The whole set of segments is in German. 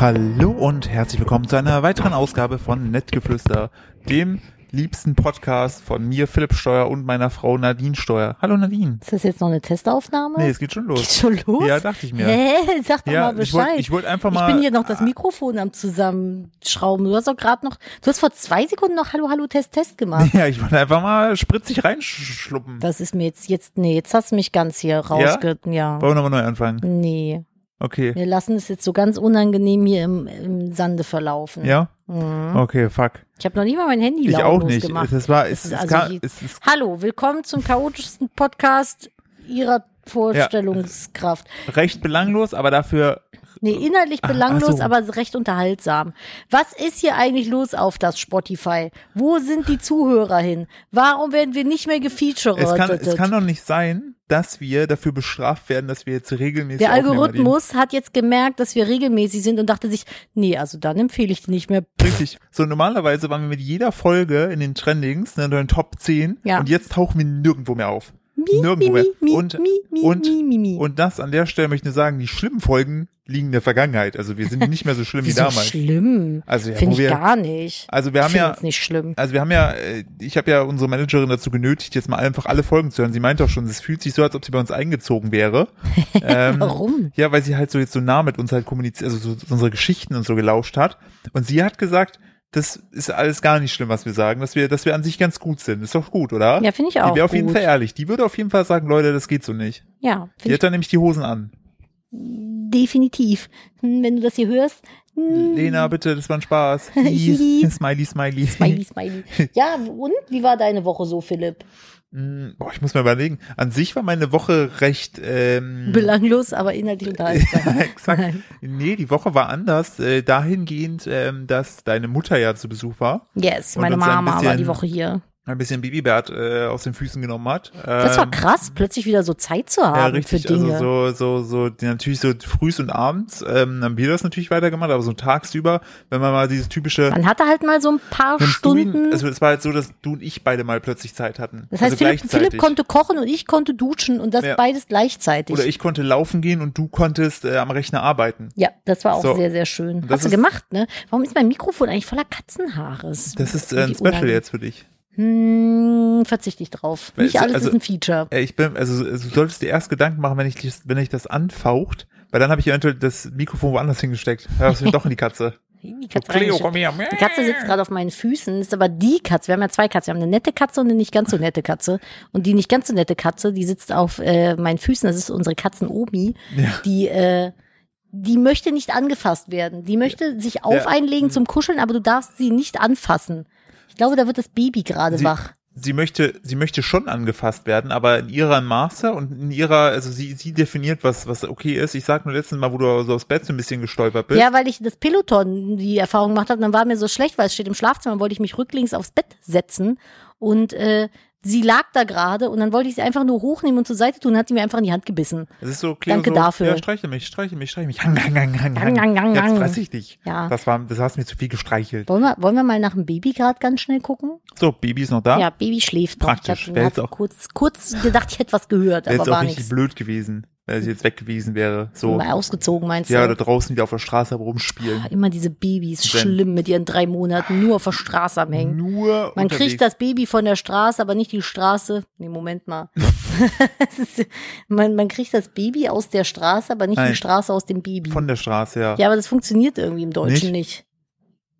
Hallo und herzlich willkommen zu einer weiteren Ausgabe von Nettgeflüster, dem liebsten Podcast von mir, Philipp Steuer, und meiner Frau Nadine Steuer. Hallo Nadine. Ist das jetzt noch eine Testaufnahme? Nee, es geht schon los. Geht schon los? Ja, dachte ich mir. Hä? Sag doch ja, mal ich wollte Bescheid. ich wollt einfach mal. bin hier noch das Mikrofon am Zusammenschrauben. Du hast doch gerade noch, du hast vor zwei Sekunden noch Hallo, Hallo, Test, Test gemacht. Ja, ich wollte einfach mal spritzig reinschluppen. Das ist mir jetzt, jetzt, nee, jetzt hast du mich ganz hier rausgeritten, ja. Wollen wir nochmal neu anfangen? Nee, Okay. wir lassen es jetzt so ganz unangenehm hier im, im Sande verlaufen. Ja? Mhm. Okay, fuck. Ich habe noch nie mal mein Handy Ich auch lautlos nicht. gemacht. Es war, es, es, Das ist also kam, je- es, es Hallo, willkommen zum chaotischsten Podcast Ihrer Vorstellungskraft. recht belanglos, aber dafür Nee, inhaltlich Ah, ach belanglos, so. aber recht unterhaltsam. Was ist hier eigentlich los auf das Spotify? Wo sind die Zuhörer hin? Warum werden wir nicht mehr gefeatured? Es kann, es kann doch nicht sein, dass wir dafür bestraft werden, dass wir jetzt regelmäßig. Der aufnehmen, Algorithmus hat jetzt gemerkt, dass wir regelmäßig sind und dachte sich, nee, also dann empfehle ich die nicht mehr. Nadine. Richtig. So normalerweise waren wir mit jeder Folge in den Trendings, ne, in den Top 10. Ja. Und jetzt tauchen wir nirgendwo mehr auf. nirgendwo mi, mehr. mi, und, mi, mi, und, mi, mi, mi. und das an der Stelle möchte ich nur sagen, die schlimmen Folgen liegen in der Vergangenheit. Also wir sind nicht mehr so schlimm wie Wieso damals. schlimm? Also ja, Finde wo ich wir- gar nicht. Also wir haben Finde ja, es nicht schlimm. also wir haben ja, äh, ich habe ja unsere Managerin dazu genötigt, jetzt mal einfach alle Folgen zu hören. Sie meinte auch schon, es fühlt sich so, als ob sie bei uns eingezogen wäre. Ähm, Warum? Ja, weil sie halt so jetzt so nah mit uns halt kommuniziert, also so, so unsere Geschichten und so gelauscht hat. Und sie hat gesagt, das ist alles gar nicht schlimm, was wir sagen, dass wir, dass wir an sich ganz gut sind. Ist doch gut, oder? Ja, finde ich Die auch. wäre auf jeden gut. Fall ehrlich. Die würde auf jeden Fall sagen, Leute, das geht so nicht. Ja, die finde ich hat dann nämlich die Hosen an. definitiv. Hm, Wenn du das hier hörst, hm, Lena, bitte, das war ein Spaß. Hihi. smiley, smiley. Smiley, smiley. Ja, und wie war deine Woche so, Philipp? Hm, Boah, ich muss mir überlegen. An sich war meine Woche recht ähm, Belanglos, aber inhaltlich Äh, unterhaltsam. exakt. Nein. Nee, die Woche war anders. Äh, dahingehend, ähm, dass deine Mutter ja zu Besuch war. Yes, Und meine uns ein Mama war die bisschen- Woche hier. ein bisschen Babybert äh, aus den Füßen genommen hat. Ähm, Das war krass, plötzlich wieder so Zeit zu haben ja, richtig, für Dinge. also so, so, so, die- natürlich so frühs und abends ähm, haben wir das natürlich weitergemacht, aber so tagsüber, wenn man mal dieses typische Man hatte halt mal so ein paar Nimmst du ihn? Stunden. also es war halt so, dass du und ich beide mal plötzlich Zeit hatten. das heißt, also Philipp, gleichzeitig. Philipp konnte kochen und ich konnte duschen und das Ja. beides gleichzeitig. Oder ich konnte laufen gehen und du konntest äh, am Rechner arbeiten. ja, das war auch So. sehr, sehr schön. das Hast du ist- gemacht, ne? Warum ist mein Mikrofon eigentlich voller Katzenhaares? Das ist äh, Wie ein Special unangenehm. jetzt für dich. Hm, verzichte ich drauf. Weil Nicht es- alles also- ist ein Feature. Äh, Ich bin, also, also du solltest dir erst Gedanken machen, wenn ich, dies- wenn ich das anfaucht, weil dann habe ich eventuell das Mikrofon woanders hingesteckt. Hörst du doch in die Katze. Die Katze Cleo, reingeschickt. komm her. Die Katze sitzt gerade auf meinen Füßen, ist aber die Katze. Wir haben ja zwei Katzen. Wir haben eine nette Katze und eine nicht ganz so nette Katze. Und die nicht ganz so nette Katze, die sitzt auf äh, meinen Füßen. Das ist unsere Katzen Omi. Ja. Die, äh, die möchte nicht angefasst werden. Die möchte sich auf Ja. Mhm. einlegen zum Kuscheln, aber du darfst sie nicht anfassen. Ich glaube, da wird das Baby gerade Sie- wach. sie möchte, sie möchte schon angefasst werden, aber in ihrem Maße und in ihrer, also sie, sie definiert, was, was okay ist. Ich sag nur letztens Mal, wo du so aufs Bett so ein bisschen gestolpert bist. Ja, weil ich das Peloton die Erfahrung gemacht habe, dann war mir so schlecht, weil es steht im Schlafzimmer, wollte ich mich rücklings aufs Bett setzen und äh, sie lag da gerade und dann wollte ich sie einfach nur hochnehmen und zur Seite tun, hat sie mir einfach in die Hand gebissen. Es ist so Cleo Danke so, dafür. Ja, streichel mich, streichel mich, streichel mich. Hang, hang, hang, hang, Hang, hang, hang, Jetzt hang. fress ich dich. Ja. Das war, das hast mir zu viel gestreichelt. Wollen wir, wollen wir mal nach dem Baby gerade ganz schnell gucken? So, Baby ist noch da. Ja, Baby schläft noch. Ah. Praktisch. Ich Wäre hab, jetzt hab auch- kurz, kurz gedacht, ich hätte was gehört, Wäre aber jetzt auch war richtig nichts. blöd gewesen, wenn sie jetzt weg gewesen wäre. So, Mal ausgezogen, meinst ja, da du? draußen wieder auf der Straße rumspielen. Immer diese Babys, Wenn. schlimm mit ihren drei Monaten, nur auf der Straße am Hängen. Nur Man unterwegs. kriegt das Baby von der Straße, aber nicht die Straße. Nee, Moment mal. Das ist- man, man kriegt das Baby aus der Straße, aber nicht Nein. die Straße aus dem Baby. von der Straße, ja. ja, aber das funktioniert irgendwie im Deutschen nicht.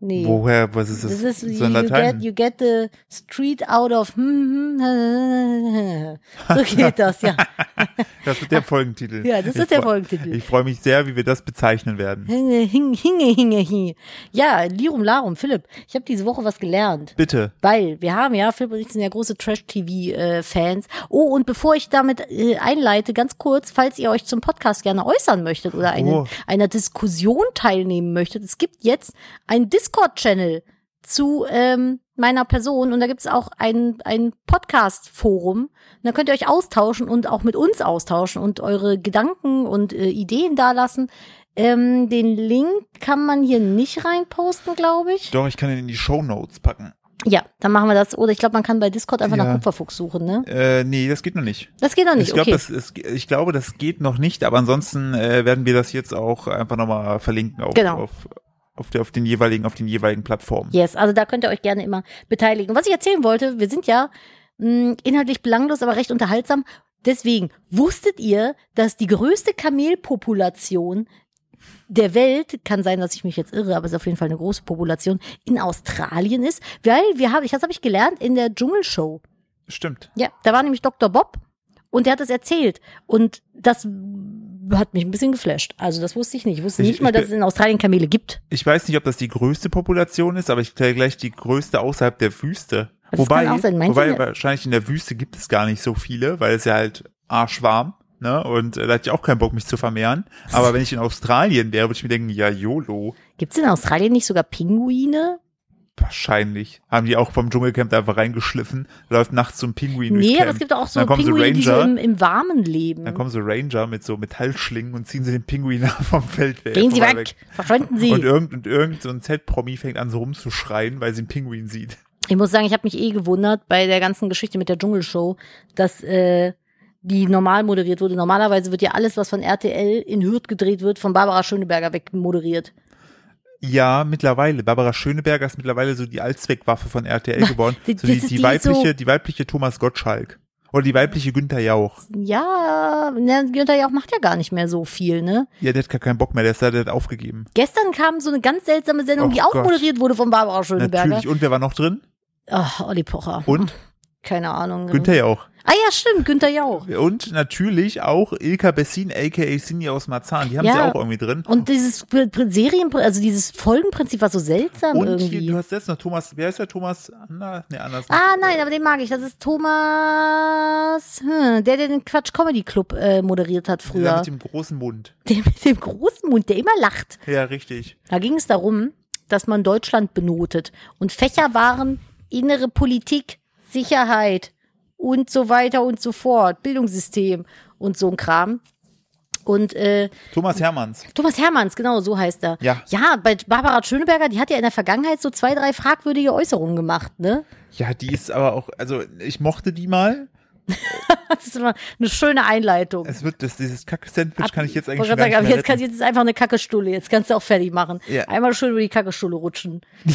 Nee. Woher, was ist das? Das ist, so ein you, Latein? get, you get the street out of hm, hm, so geht das, ja. Das wird der Folgentitel. Ja, das Ich ist der freu- Folgentitel. Ich freue mich sehr, wie wir das bezeichnen werden. Hinge, hinge, hinge, hinge, hinge. Ja, Lirum Larum, Philipp, ich habe diese Woche was gelernt. Bitte. Weil wir haben ja, Philipp und ich sind ja große Trash-TV-Fans. Oh, und bevor ich damit äh, einleite, ganz kurz, falls ihr euch zum Podcast gerne äußern möchtet oder einen, Oh. einer Diskussion teilnehmen möchtet, es gibt jetzt einen Discord-Channel zu ähm, meiner Person und da gibt es auch ein, ein Podcast-Forum. Und Da könnt ihr euch austauschen und auch mit uns austauschen und eure Gedanken und äh, Ideen dalassen. Ähm, den Link kann man hier nicht reinposten, glaube ich. Doch, ich kann ihn in die Show Notes packen. Ja, dann machen wir das. Oder ich glaube, man kann bei Discord einfach Ja. nach Kupferfuchs suchen, ne? Äh, nee, das geht noch nicht. Das geht noch nicht, Ich, glaub, okay. das, ist, ich glaube, das geht noch nicht, aber ansonsten äh, werden wir das jetzt auch einfach nochmal verlinken auf, Genau. auf, auf, der, auf den jeweiligen, auf den jeweiligen Plattformen. Yes, also da könnt ihr euch gerne immer beteiligen. Was ich erzählen wollte, wir sind ja mh, inhaltlich belanglos, aber recht unterhaltsam. Deswegen, wusstet ihr, dass die größte Kamelpopulation der Welt, kann sein, dass ich mich jetzt irre, aber es ist auf jeden Fall eine große Population, in Australien ist? Weil wir haben, ich- das habe ich gelernt in der Dschungelshow. Stimmt. Ja, da war nämlich Dr. Bob und der hat es erzählt. Und das hat mich ein bisschen geflasht. Also das wusste ich nicht. Ich wusste Ich- nicht mal, ich bin- dass es in Australien Kamele gibt. Ich weiß nicht, ob das die größte Population ist, aber ich glaube gleich die größte außerhalb der Wüste. Das wobei kann auch sein. Meinst du wobei nicht? wahrscheinlich in der Wüste gibt es gar nicht so viele, weil es ja halt arschwarm. Ne? Und äh, da hatte ich auch keinen Bock, mich zu vermehren. Aber wenn ich in Australien wäre, würde ich mir denken, ja, YOLO. Gibt es in Australien nicht sogar Pinguine? Wahrscheinlich. Haben die auch vom Dschungelcamp da einfach reingeschliffen. Läuft nachts so ein Pinguin durchs Nee, Camp. aber es gibt auch so dann kommen Pinguine, die so Ranger, im, im Warmen leben. Dann kommen so Ranger mit so Metallschlingen und ziehen sie den Pinguin vom Feld weg. Gehen Sie vorbei weg, verschwinden Sie. Und irgend, und irgend so ein Z-Promi fängt an so rumzuschreien, weil sie einen Pinguin sieht. Ich muss sagen, ich habe mich eh gewundert bei der ganzen Geschichte mit der Dschungelshow, dass äh, die normal moderiert wurde. Normalerweise wird ja alles, was von RTL in Hürth gedreht wird, von Barbara Schöneberger weg moderiert. Ja, mittlerweile. Barbara Schöneberger ist mittlerweile so die Allzweckwaffe von RTL geworden. Die- so die, das ist- die, die ist weibliche, so- die weibliche Thomas Gottschalk. Oder die weibliche Günther Jauch. Ja, ne, Günther Jauch macht ja gar nicht mehr so viel, ne? Ja, der hat gar keinen Bock mehr, der, ist, da, der hat aufgegeben. Gestern kam so eine ganz seltsame Sendung, Oh die auch Gott. moderiert wurde von Barbara Schöneberger. Natürlich. Und wer war noch drin? Ach, Olli Pocher. Und? Keine Ahnung. Günther Jauch. Ah ja, stimmt, Günther Jauch. Und natürlich auch Ilka Bessin, aka Cindy aus Marzahn. Die haben Ja. sie auch irgendwie drin. Und dieses Pr- Pr- Serien, also dieses Folgenprinzip war so seltsam Und hier, irgendwie. du hast jetzt noch Thomas, wer ist der Thomas? Anna? Nee, anders. Ah, nein, aber den mag ich. Das ist Thomas, hm, der, der den Quatsch Comedy Club äh, moderiert hat Dieser früher. mit dem großen Mund. Der mit dem großen Mund, der immer lacht. Ja, richtig. Da ging es darum, dass man Deutschland benotet. Und Fächer waren innere Politik, Sicherheit und so weiter und so fort, Bildungssystem und so ein Kram. Und äh, Thomas Hermanns. Thomas Hermanns, genau, so heißt er. Ja. Ja, bei Barbara Schöneberger, die hat ja in der Vergangenheit so zwei, drei fragwürdige Äußerungen gemacht, ne? Ja, die ist aber auch, also ich mochte die mal. Das ist immer eine schöne Einleitung. Es wird, das, dieses Kack-Sandwich Äh, kann ich jetzt eigentlich Wollte schon gar gerade sagen, nicht aber mehr jetzt, kann, retten. jetzt ist einfach eine Kackestulle. Jetzt kannst du auch fertig machen. Ja. Einmal schön über die Kackestulle rutschen.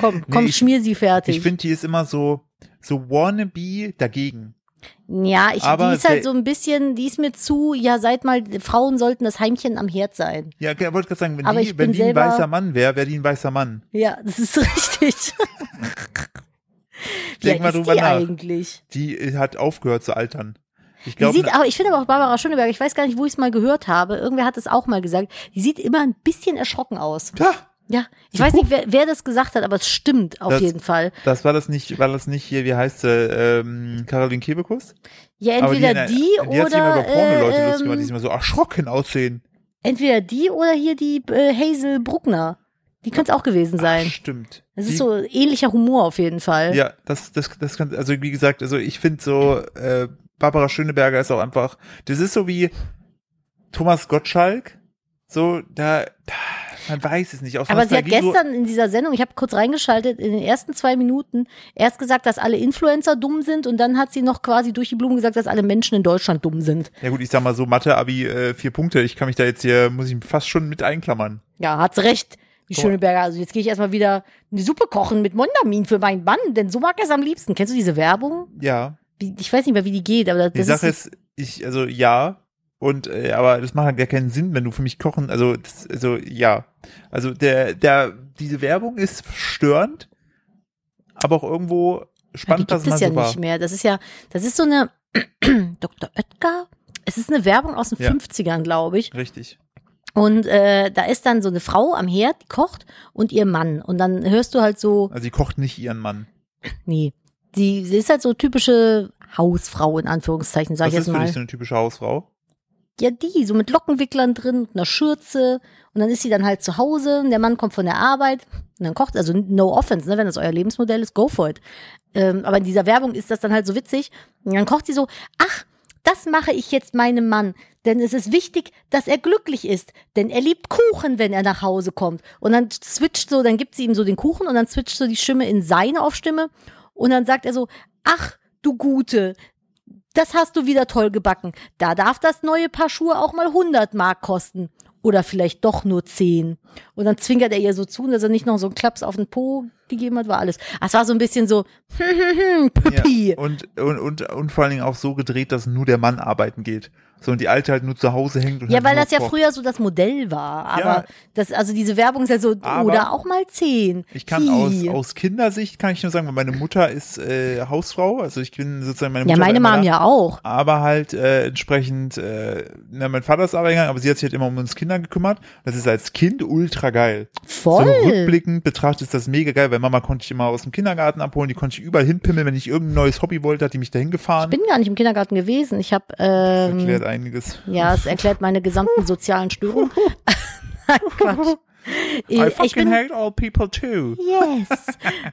komm, komm, ich- schmier sie fertig. Ich finde, die ist immer so, so wannabe dagegen. ja, ich, aber die ist halt se- so ein bisschen, die ist mir zu, ja, seid mal, Frauen sollten das Heimchen am Herd sein. Ja, ich wollte gerade sagen, wenn Aber die, ich wenn bin die ein selber- weißer Mann wäre, wäre die ein weißer Mann. Ja, das ist richtig. Wie Denk alt mal ist drüber die nach. eigentlich? Die äh, hat aufgehört zu altern. Ich Die glaube, sieht, aber ich finde aber auch Barbara Schöneberger, ich weiß gar nicht, wo ich es mal gehört habe, irgendwer hat es auch mal gesagt, die sieht immer ein bisschen erschrocken aus. Ja, Ja, ich weiß nicht, wer, wer das gesagt hat, aber es stimmt auf Das- jeden Fall. das war das nicht, war das nicht hier, wie heißt sie, ähm, Caroline Kebekus? Ja, Aber entweder die, die, hat sich immer oder über porno Leute äh, lustig gemacht, die ähm, immer so erschrocken aussehen. entweder die oder hier die äh, Hazel Bruckner. Die könnte es auch gewesen Ach, sein. stimmt. Es Die- ist so ähnlicher Humor auf jeden Fall. Ja, das, das, das kann, also wie gesagt, also ich finde so, äh, Barbara Schöneberger ist auch einfach, das ist so wie Thomas Gottschalk, so, da, da man weiß es nicht. Aus Aber sie hat Nostalgie so- gestern in dieser Sendung, ich habe kurz reingeschaltet, in den ersten zwei Minuten erst gesagt, dass alle Influencer dumm sind und dann hat sie noch quasi durch die Blumen gesagt, dass alle Menschen in Deutschland dumm sind. ja gut, ich sag mal so, Mathe, Abi, äh, vier Punkte, ich kann mich da jetzt hier, muss ich fast schon mit einklammern. Ja, hat's recht. Die So. Schöneberger, also jetzt gehe ich erstmal wieder eine Suppe kochen mit Mondamin für meinen Mann, denn so mag er es am liebsten. Kennst du diese Werbung? Ja, Wie- Ich weiß nicht mehr, wie die geht, aber das, die das Sache ist, ist, ich, also ja, und, äh, aber das macht halt gar keinen Sinn, wenn du für mich kochen, also, das, also, ja. Also, der, der, diese Werbung ist störend, aber auch irgendwo ja, die spannend, dass gibt man es so ja war. nicht mehr. Das ist ja, das ist so eine Dr. Oetker. Es ist eine Werbung aus den Ja. 50ern, glaube ich. Richtig. Und äh, da ist dann so eine Frau am Herd, die kocht und ihr Mann. Und dann hörst du halt so, Also sie kocht nicht ihren Mann. nee, die, sie ist halt so typische Hausfrau in Anführungszeichen, sag Was ich jetzt ist für mal. dich so eine typische Hausfrau? Ja, die, so mit Lockenwicklern drin, mit einer Schürze. Und dann ist sie dann halt zu Hause und der Mann kommt von der Arbeit und dann kocht, also no offense, ne, wenn das euer Lebensmodell ist, go for it. Ähm, aber in dieser Werbung ist das dann halt so witzig. Und dann kocht sie so, ach, das mache ich jetzt meinem Mann. Denn es ist wichtig, dass er glücklich ist. Denn er liebt Kuchen, wenn er nach Hause kommt. Und dann switcht so, dann gibt sie ihm so den Kuchen und dann switcht so die Stimme in seine auf Stimme. Und dann sagt er so, ach, du Gute, das hast du wieder toll gebacken. Da darf das neue Paar Schuhe auch mal 100 Mark kosten. Oder vielleicht doch nur 10. Und dann zwinkert er ihr so zu, dass er nicht noch so einen Klaps auf den Po gegeben hat, war alles. Ah, Es war so ein bisschen so, Püppi. Ja, und, und, und, und vor allen Dingen auch so gedreht, dass nur der Mann arbeiten geht. So, und die Alte halt nur zu Hause hängt. Und Ja, halt weil nur das ja kocht. früher so das Modell war. Aber Ja. das, also diese Werbung ist ja so, Aber oder auch mal zehn. Ich kann aus, Hi. aus Kindersicht, kann ich nur sagen, weil meine Mutter ist äh, Hausfrau, also ich bin sozusagen meine Mutter. ja, war meine immer Mom da. ja auch. aber halt äh, entsprechend, äh, na, mein Vater ist arbeiten gegangen, aber sie hat sich halt immer um uns Kinder gekümmert. Das ist als Kind ultra geil. Voll. So rückblickend betrachtet ist das mega geil, weil Mama konnte ich immer aus dem Kindergarten abholen, die konnte ich überall hinpimmeln, wenn ich irgendein neues Hobby wollte, hat die mich dahin gefahren. Bin gar nicht im Kindergarten gewesen. Ich habe, das erklärt ähm, einiges. ja, es erklärt meine gesamten sozialen Störungen. Nein, Quatsch. Ich, I ich fucking bin, hate all people too. yes.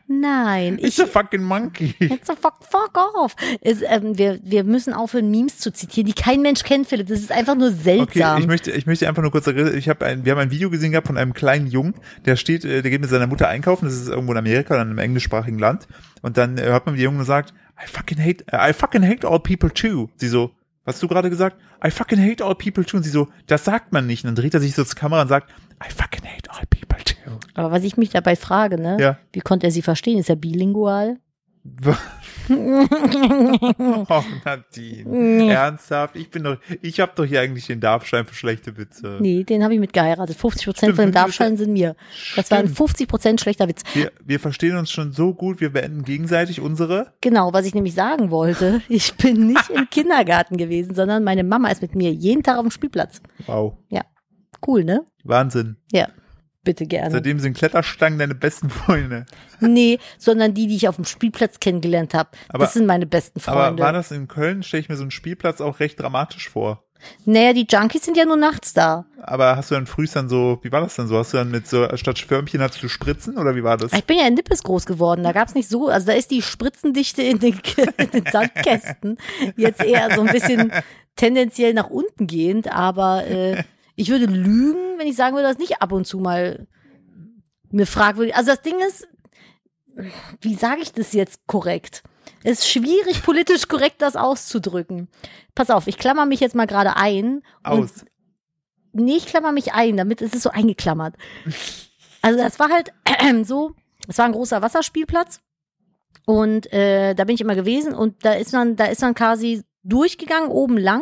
Nein, It's ich, a fucking monkey. Jetzt so fuck, fuck off. Es, ähm, wir, wir müssen aufhören, Memes zu zitieren, die kein Mensch kennt, Philipp. Das ist einfach nur Okay, seltsam. ich möchte, ich möchte einfach nur kurz, erinnern, ich habe ein, wir haben ein Video gesehen gehabt von einem kleinen Jungen, der steht, äh, der geht mit seiner Mutter einkaufen, das ist irgendwo in Amerika oder in einem englischsprachigen Land, und dann äh, hört man den Jungen und sagt, I fucking hate, äh, I fucking hate all people too. Sie so, was hast du gerade gesagt? I fucking hate all people too. Und sie so, das sagt man nicht. Und dann dreht er sich so zur Kamera und sagt, I fucking hate all people too. Aber was ich mich dabei frage, ne? Ja. Wie konnte er sie verstehen? Ist er bilingual? oh, Nadine, ernsthaft? Ich bin doch, ich habe doch hier eigentlich den Darfstein für schlechte Witze. Nee, den habe ich mitgeheiratet. 50 Prozent Stimmt, von den 50%. Darfscheinen sind mir. Das war ein Stimmt. 50 Prozent schlechter Witz. Wir, wir verstehen uns schon so gut, wir beenden gegenseitig unsere. Genau, was ich nämlich sagen wollte. Ich bin nicht im Kindergarten gewesen, sondern meine Mama ist mit mir jeden Tag auf dem Spielplatz. Wow. Cool, ne? Wahnsinn. Ja. Bitte gerne. Seitdem sind Kletterstangen deine besten Freunde. Nee, sondern die, die ich auf dem Spielplatz kennengelernt habe. Aber- Das sind meine besten Aber Freunde. war das in Köln, stelle ich mir so einen Spielplatz auch recht dramatisch vor. naja, die Junkies sind ja nur nachts da. Aber hast du dann frühst dann so, wie war das denn so? Hast du dann mit so, statt Förmchen hattest du Spritzen oder wie war das? Ich bin ja in Nippes groß geworden. Da gab's nicht so, also da ist die Spritzendichte in den, in den Sandkästen jetzt eher so ein bisschen tendenziell nach unten gehend. Aber äh, ich würde lügen, wenn ich sagen würde, dass nicht ab und zu mal mir fragwürdig. Also das Ding ist, wie sage ich das jetzt korrekt? Es ist schwierig, politisch korrekt das auszudrücken. Pass auf, ich klammer mich jetzt mal gerade ein. und Aus. Nee, ich klammer mich ein, damit ist es so eingeklammert. Also das war halt so, es war ein großer Wasserspielplatz und äh, da bin ich immer gewesen und da ist man, da ist man quasi durchgegangen, oben lang.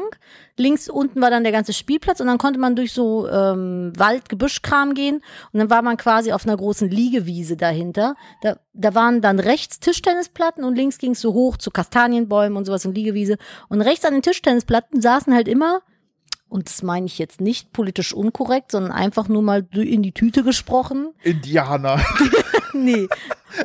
Links unten war dann der ganze Spielplatz und dann konnte man durch so ähm, Wald, Gebüschkram gehen und dann war man quasi auf einer großen Liegewiese dahinter. Da, da waren dann rechts Tischtennisplatten und links ging es so hoch zu Kastanienbäumen und sowas und Liegewiese. Und rechts an den Tischtennisplatten saßen halt immer und das meine ich jetzt nicht politisch unkorrekt, sondern einfach nur mal du- in die Tüte gesprochen. Indianer. Nee,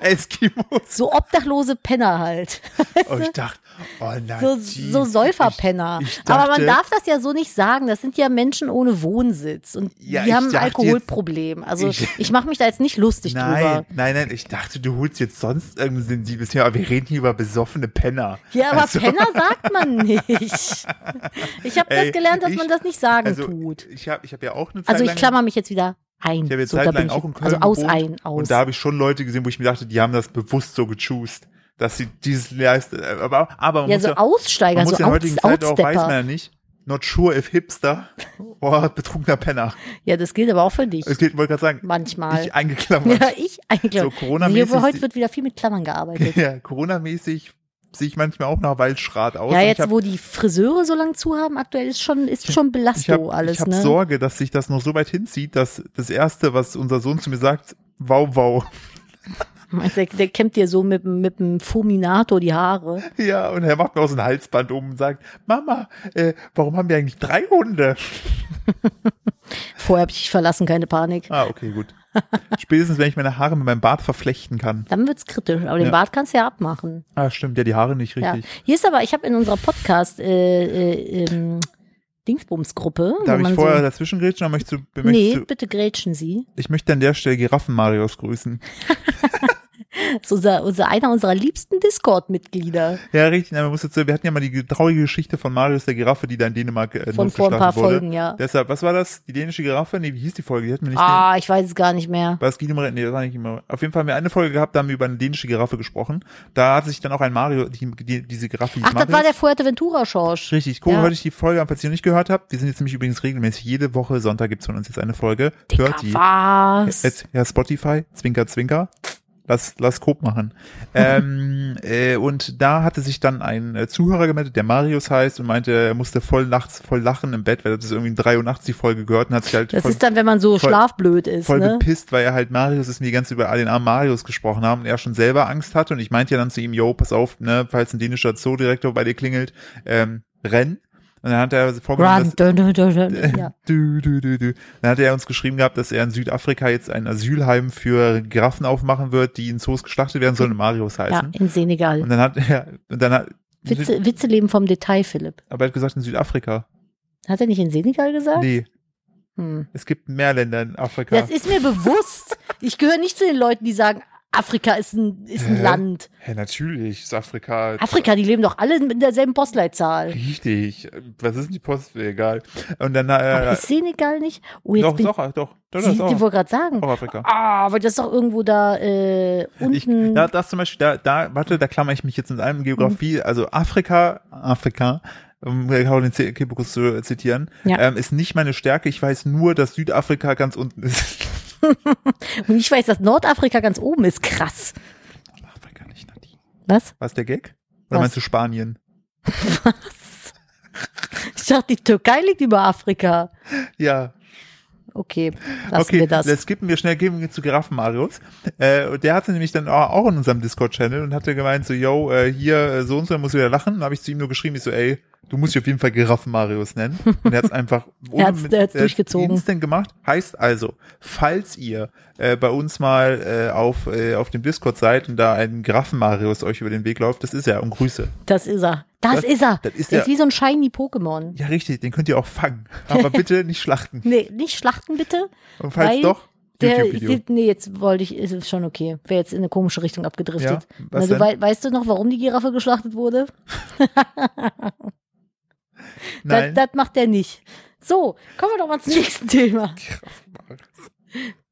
Eskimos. so obdachlose Penner halt. Oh, ich dachte, oh nein. So, so Säuferpenner. Ich- ich dachte- Aber man darf das ja so nicht sagen. Das sind ja Menschen ohne Wohnsitz und Ja, die ich haben ein dachte Alkoholproblem. also ich, ich- mache mich da jetzt nicht lustig Nein, drüber. nein, nein, ich dachte, du holst jetzt sonst irgendein sensibles Thema, aber wir reden hier über besoffene Penner. Ja, aber Also- Penner sagt man nicht. Ich habe das Ey, gelernt, dass ich- man das nicht sagen also, tut. Ich habe ich hab ja auch eine Zeit Also ich lang- klammer mich jetzt wieder ein. Ich habe jetzt so, da zeitlang bin ich auch in jetzt- Köln also aus, gewohnt ein, aus. und da habe ich schon Leute gesehen, wo ich mir dachte, die haben das bewusst so gechoost, dass sie dieses leisten. Aber, aber man ja, muss so ja, man Aussteiger, muss so ja in heutigen Outs- Zeit auch, weiß Outstepper. man ja nicht, not sure if hipster or betrunkener Penner. Ja, das gilt aber auch für dich. Es geht, wollte gerade sagen, Manchmal. ich eingeklammert. ja, ich eigentlich. So Corona-mäßig Hier, heute die- wird wieder viel mit Klammern gearbeitet. Ja, Corona-mäßig sehe ich manchmal auch nach Waldschrat aus. Ja, Und ich jetzt hab- wo die Friseure so lang zu haben, aktuell ist schon ist schon ich habe Belasto alles, hab ne? Sorge, dass sich das noch so weit hinzieht, dass das Erste, was unser Sohn zu mir sagt, wow, wow. Meinst du, der, der kämmt dir so mit dem- mit dem Fuminato die Haare. Ja, und er macht mir auch so ein Halsband um und sagt, Mama, äh, warum haben wir eigentlich drei Hunde? Vorher hab ich dich verlassen, keine Panik. Ah, okay, gut. Spätestens, wenn ich meine Haare mit meinem Bart verflechten kann. Dann wird's kritisch, aber den Ja. Bart kannst du ja abmachen. Ah, stimmt, ja, die Haare nicht Ja. richtig. Hier ist aber, ich habe in unserer Podcast äh, äh, ähm, Dingsbums-Gruppe, wo Darf ich man vorher so, dazwischen grätschen? Oder möchtest du, möchtest nee, du, bitte grätschen Sie. ich möchte an der Stelle Giraffen-Marius grüßen. Das ist unser, unser, einer unserer liebsten Discord-Mitglieder. Ja, richtig. Na, man muss jetzt, wir hatten ja mal die traurige Geschichte von Marius der Giraffe, die da in Dänemark äh, Von vor ein notgeschlagen paar wurde. Folgen, ja. Deshalb, was war das? Die dänische Giraffe? Nee, wie hieß die Folge? Die hatten wir nicht. Ah, ich weiß es gar nicht mehr. War es Guido Moretti? Nee, das war nicht immer. Auf jeden Fall haben wir eine Folge gehabt, da haben wir über eine dänische Giraffe gesprochen. Da hat sich dann auch ein Mario, die, die, diese Giraffe, die Ach, das war der Fuerteventura-Schorsch. Richtig, gucken, Ja. hört euch die Folge an, falls ihr noch nicht gehört habt. Wir sind jetzt nämlich übrigens regelmäßig. Jede Woche Sonntag gibt's von uns jetzt eine Folge. Digga, hört die. was? Jetzt, ja, Spotify, Zwinker, Zwinker. Lass, lass Coop machen. ähm, äh, und da hatte sich dann ein äh, Zuhörer gemeldet, der Marius heißt und meinte, er musste voll nachts voll lachen im Bett, weil er das irgendwie um 3 Uhr nachts die Folge gehört und hat sich halt Das voll, ist dann, wenn man so voll- schlafblöd ist, voll ne? gepisst, weil er halt Marius ist und die ganze über den armen Marius gesprochen haben und er schon selber Angst hatte und ich meinte ja dann zu ihm, yo, pass auf, ne, falls ein dänischer Zoodirektor bei dir klingelt, ähm, renn. Und dann hat er vorgenommen, dass, Run, dun, dun, dun, Äh, dun. Ja. Du, du, du, du. Dann hat er uns geschrieben gehabt, dass er in Südafrika jetzt ein Asylheim für Giraffen aufmachen wird, die in Zoos geschlachtet werden sollen, und Marius ja, heißen. in Senegal. Und dann hat er, und dann hat, Witze, Witze leben vom Detail, Philipp. aber er hat gesagt in Südafrika. Hat er nicht in Senegal gesagt? Nee, Hm. es gibt mehr Länder in Afrika. Das ist mir bewusst. Ich gehöre nicht zu den Leuten, die sagen, Afrika ist ein, ist ein Hä? Land. Hä, natürlich, ist Afrika. Afrika, die leben doch alle mit derselben Postleitzahl. Richtig. Was ist denn die Post? Egal. Und dann, Aber äh, ist Senegal nicht? Oh, jetzt doch, bin doch, doch, doch, das ich, ist ich auch, wollte gerade sagen. auch Afrika. Ah, aber das ist doch irgendwo da äh, Ich, unten. da, das zum Beispiel, da, da, warte, da klammer ich mich jetzt in allem Mhm. Geografie, also Afrika, Afrika, um Caroline Z- Kebekus zu zitieren, Ja. ähm, ist nicht meine Stärke. Ich weiß nur, dass Südafrika ganz unten ist. Und ich weiß, dass Nordafrika ganz oben ist. Krass. Afrika nicht, Nadine. Was? War es der Gag? Oder Was? meinst du Spanien? Ich dachte, die Türkei liegt über Afrika. Ja, Okay, lassen okay, wir das. Das skippen wir schnell, gehen wir zu Giraffen Marius. Äh, und der hatte nämlich dann auch auch in unserem Discord-Channel und hatte gemeint so, yo, äh, hier, äh, so und so, er muss wieder lachen. Dann habe ich zu ihm nur geschrieben, ich so, ey, du musst dich auf jeden Fall Giraffen Marius nennen. Und er hat es einfach ohne hat's- mit- er hat's er hat's durchgezogen. Instant gemacht. Heißt also, falls ihr äh, bei uns mal äh, auf, äh, auf dem Discord seid und da ein Giraffen Marius euch über den Weg läuft, das ist er und Grüße. Das ist er. Das, Das- ist er. das ist der der- ist wie so ein shiny Pokémon. Ja, richtig, den könnt ihr auch fangen. Aber bitte nicht schlachten. Nee, nicht schlachten bitte. Und falls Weil doch, Der, YouTube-Video. nee, jetzt wollte ich, ist es schon okay. Wäre jetzt in eine komische Richtung abgedriftet. Ja, was also, denn? wei weißt du noch, warum die Giraffe geschlachtet wurde? Das, Nein. das macht er nicht. So, kommen wir doch mal zum nächsten Thema.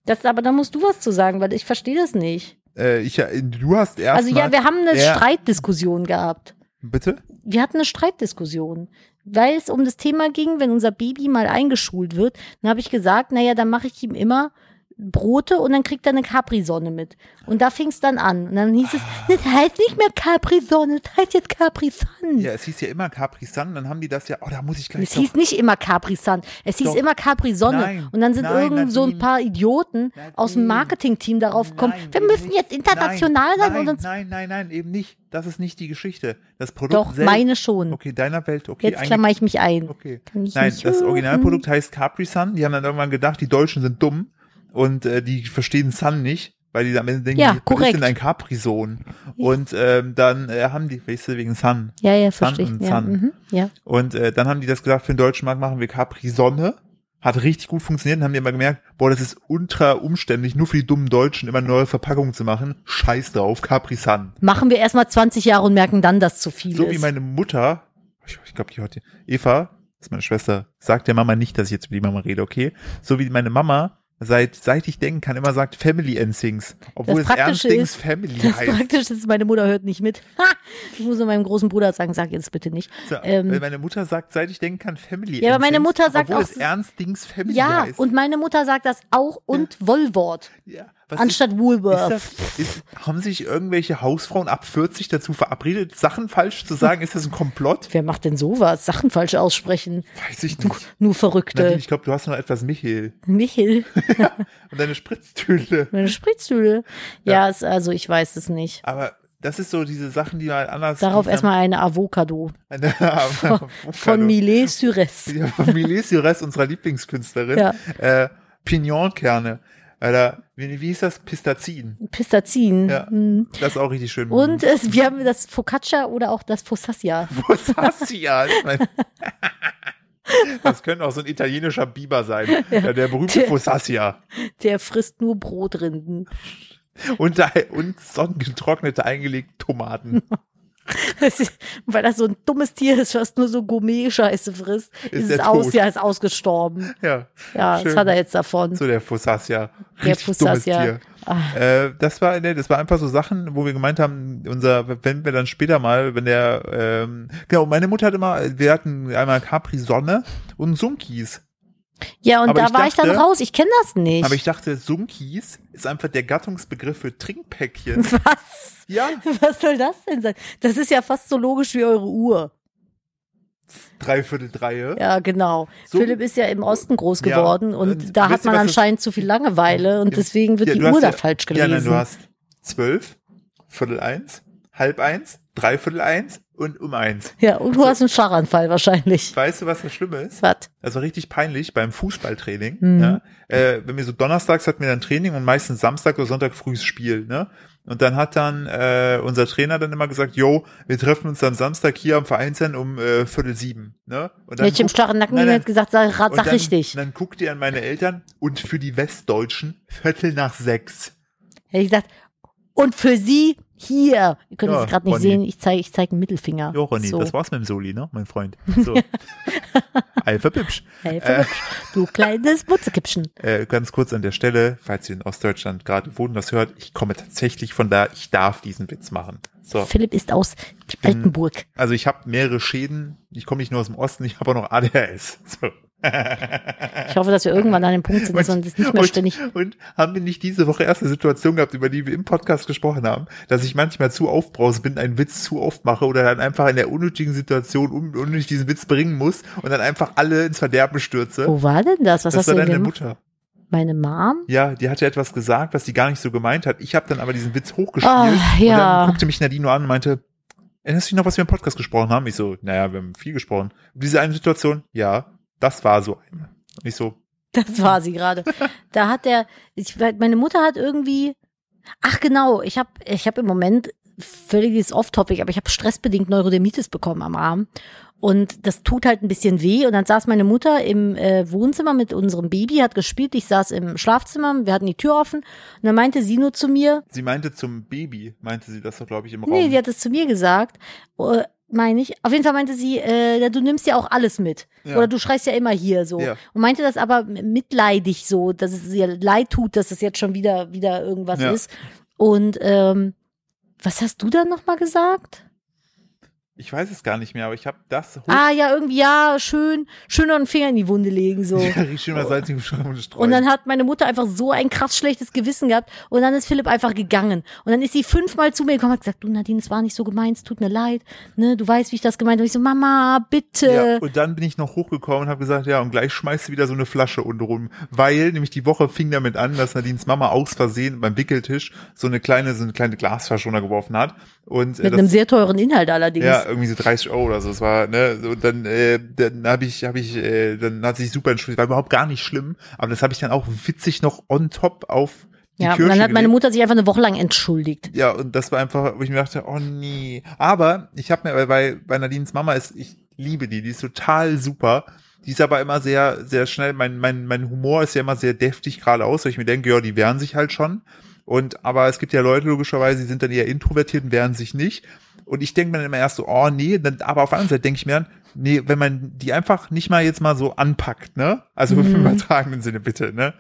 Das, aber da musst du was zu sagen, weil ich verstehe das nicht. Äh, ich, äh, du hast erst Also ja, mal- wir haben eine Ja. Streitdiskussion gehabt. Bitte? Wir hatten eine Streitdiskussion, weil es um das Thema ging, wenn unser Baby mal eingeschult wird, dann habe ich gesagt, naja, dann mache ich ihm immer Brote und dann kriegt er eine Capri-Sonne mit. Und da fing es dann an. Und dann hieß es, Ah. das heißt nicht mehr Capri-Sonne, das heißt jetzt Capri-Sun. Ja, es hieß ja immer Capri Sun, dann haben die das ja, oh, da muss ich gleich Es hieß nicht immer Capri-Sun, es hieß Doch. immer Capri-Sonne. Nein. Und dann sind Nein, irgend so ein Nadine. paar Idioten aus dem Nadine. Marketing-Team darauf gekommen, Nein, wir eben müssen nicht. jetzt international nein, sein nein, und uns... Nein, nein, nein, eben nicht. Das ist nicht die Geschichte. Das Produkt Doch, selbst. meine schon. Okay, deiner Welt, okay. Jetzt einge- klammer ich mich ein. okay. Kann ich Nein, nicht das hören. Originalprodukt heißt Capri Sun. Die haben dann irgendwann gedacht, die Deutschen sind dumm und äh, die verstehen Sun nicht. Weil die am Ende denken, Ja, die- was korrekt. ist denn ein Capri-Sohn? Und ähm, dann äh, haben die, weißt du, wegen Sun. Ja, ja, Sun verstehe. und Ja, Sun. mhm, ja. Und äh, dann haben die das gesagt, für den deutschen Markt machen wir Capri-Sonne. Hat richtig gut funktioniert und haben die immer gemerkt, boah, das ist ultra umständlich, nur für die dummen Deutschen immer neue Verpackungen zu machen. Scheiß drauf, Capri-Sun. Machen wir erstmal 20 Jahre und merken dann, dass zu viel So ist. wie meine Mutter, ich, ich glaube, die heute, Eva, das ist meine Schwester, sagt der Mama nicht, dass ich jetzt über die Mama rede, okay? So wie meine Mama, seit, seit ich denken kann, immer sagt Family and Things. Obwohl Das es ernst Praktische Things ist, Family das heißt. praktisch ist, meine Mutter hört nicht mit. Ha! Ich muss nur meinem großen Bruder sagen, sag jetzt bitte nicht. So, ähm, weil meine Mutter sagt, seit ich denken kann, Family Ja, aber and meine Things, Mutter sagt obwohl auch- es ernst Dings Family Ja, heißt. und meine Mutter sagt das auch und Wollwort ja, was ist- anstatt Ist Woolworth. das, ist, haben sich irgendwelche Hausfrauen ab 40 dazu verabredet, Sachen falsch zu sagen? Ist das ein Komplott? Wer macht denn sowas? Sachen falsch aussprechen. Weiß ich nicht. Nur Nadine, Verrückte. ich glaube, du hast noch etwas Michel Michel, und deine Spritztüte. meine Spritzhülle. Ja, ist, also ich weiß es nicht. Aber das ist so diese Sachen, die mal anders. Darauf erstmal eine Avocado von, von Millet Sures. Von Millet Sires, unserer Lieblingskünstlerin. Ja. Äh, Pignonkerne. Alter, wie, wie hieß das? Pistazin. Pistazin. Ja. Hm. Das ist auch richtig schön. Und es, wir haben das Focaccia oder auch das Focaccia. Was hast du ja? Ich mein, das könnte auch so ein italienischer Biber sein. Der, der berühmte Der- Fossassia. Der frisst nur Brotrinden. Und, und sonnengetrocknete eingelegte Tomaten. Das ist, weil das so ein dummes Tier ist, was nur so Gourmet-Scheiße frisst, ist, es der aus, tot. ja, ist ausgestorben. Ja, Ja, Schön. das hat er jetzt davon. so der Fussasia. Der Richtig dummes Fussasia. Tier. Ah, Äh, das war, ne, das war einfach so Sachen, wo wir gemeint haben, unser, wenn wir dann später mal, wenn der, ähm, genau, meine Mutter hat immer, wir hatten einmal Capri Sonne und Sunkis. ja, und aber da ich war ich dann dachte- raus. Ich kenne das nicht. Aber ich dachte, Sunkis ist einfach der Gattungsbegriff für Trinkpäckchen. was? ja, Was soll das denn sein? Das ist ja fast so logisch wie eure Uhr. dreiviertel Dreie. Ja, genau. So- Philipp ist ja im Osten groß Ja, geworden und und da wisst ihr, hat man was das- anscheinend zu viel Langeweile und Ja, deswegen wird ja, die du hast Uhr da ja- falsch Ja, nein, gelesen. du hast zwölf, Viertel eins, halb eins, dreiviertel eins und um eins. Ja, und du hast einen Scharranfall wahrscheinlich. Weißt du, was das Schlimme ist? Was? Das war richtig peinlich beim Fußballtraining. Mhm. Ja. Äh, wenn wir so donnerstags hatten wir dann Training und meistens Samstag oder Sonntag frühes Spiel, ne? Und dann hat dann äh, unser Trainer dann immer gesagt, yo, wir treffen uns dann Samstag hier am Vereinsheim um äh, Viertel sieben, ne? Und dann Hätte ich im guckt- starren Nacken Nein, nein, nein. jetzt gesagt, sag, rat, und sag dann, richtig. Dann guckt ihr an meine Eltern und für die Westdeutschen Viertel nach sechs. Hätte ich gesagt, und für sie hier. Ihr könnt es Ja, jetzt gerade nicht Ronny. sehen, ich zeige ich zeig einen Mittelfinger. Jo, Ronny, so. das war's mit dem Soli, ne? Mein Freund. So. Alpha Bipsch. Helfe, Du kleines Butzekippchen. Äh, ganz kurz an der Stelle, falls ihr in Ostdeutschland gerade wohnt und das hört, ich komme tatsächlich von da, ich darf diesen Witz machen. So, Philipp ist aus bin- Altenburg. also ich habe mehrere Schäden, ich komme nicht nur aus dem Osten, ich habe auch noch ADHS. So. Ich hoffe, dass wir irgendwann an dem Punkt sind, dass man das nicht mehr und, ständig. und haben wir nicht diese Woche erst eine Situation gehabt, über die wir im Podcast gesprochen haben, dass ich manchmal zu aufbrausend bin, einen Witz zu oft mache oder dann einfach in der unnötigen Situation un unnötig diesen Witz bringen muss und dann einfach alle ins Verderben stürze? Wo war denn das? Oh, Was das hast du war denn deine gemacht? Mutter. Meine Mom? Ja, die hatte etwas gesagt, was sie gar nicht so gemeint hat. Ich habe dann aber diesen Witz hochgespielt Ah, und ja. dann guckte mich Nadine nur an und meinte, erinnerst du dich noch, was wir im Podcast gesprochen haben? Ich so, naja, wir haben viel gesprochen. Und diese eine Situation, ja, das war so eine. Und ich so, Das war sie gerade. Da hat der, ich, weiß, meine Mutter hat irgendwie, ach genau, ich habe ich hab im Moment völliges Off-Topic, aber ich habe stressbedingt Neurodermitis bekommen am Arm. Und das tut halt ein bisschen weh. Und dann saß meine Mutter im äh, Wohnzimmer mit unserem Baby, hat gespielt. Ich saß im Schlafzimmer, wir hatten die Tür offen. Und dann meinte sie nur zu mir, sie meinte zum Baby, meinte sie das doch, glaube ich, im Raum. nee, die hat es zu mir gesagt, äh, meine ich. Auf jeden Fall meinte sie, äh, du nimmst ja auch alles mit. Ja. Oder du schreist ja immer hier so. Ja. Und meinte das aber mitleidig so, dass es ihr leid tut, dass es jetzt schon wieder, wieder irgendwas Ja. ist. Und ähm, was hast du dann nochmal gesagt? ich weiß es gar nicht mehr, aber ich habe das hoch. Ah ja, irgendwie, ja, schön, schön noch einen Finger in die Wunde legen so. Ja, riecht schon mal salzig und streuen. Und dann hat meine Mutter einfach so ein krass schlechtes Gewissen gehabt. Und dann ist Philipp einfach gegangen. Und dann ist sie fünfmal zu mir gekommen und hat gesagt, du Nadine, es war nicht so gemeint, es tut mir leid. Ne, du weißt, wie ich das gemeint habe. Ich so, Mama, ja, bitte. und dann bin ich noch hochgekommen und habe gesagt, ja, und gleich schmeißt du wieder so eine Flasche unten rum. Weil nämlich die Woche fing damit an, dass Nadines Mama aus Versehen beim Wickeltisch so eine kleine, so eine kleine Glasflasche runtergeworfen hat. Und äh, Mit das, einem sehr teuren Inhalt allerdings. ja, irgendwie so 30 Euro oder so. Das war, ne, so, und dann, äh, dann habe ich, habe ich, äh, dann hat sich super entschuldigt. War überhaupt gar nicht schlimm, aber das habe ich dann auch witzig noch on top auf die Ja, und Kirsche dann hat meine gelegt. Mutter sich einfach eine Woche lang entschuldigt. Ja, und das war einfach, wo ich mir dachte, oh nee. Aber ich habe mir, weil bei, bei Nadines Mama ist, ich liebe die, die ist total super. Die ist aber immer sehr, sehr schnell, mein, mein, mein Humor ist ja immer sehr deftig geradeaus, weil ich mir denke, ja, die wehren sich halt schon. Und, aber es gibt ja Leute, logischerweise, die sind dann eher introvertiert und wehren sich nicht. Und ich denke mir dann immer erst so, oh nee, dann, aber auf der anderen Seite denke ich mir dann, nee, wenn man die einfach nicht mal jetzt mal so anpackt, ne? Also im übertragenen Sinne bitte, ne?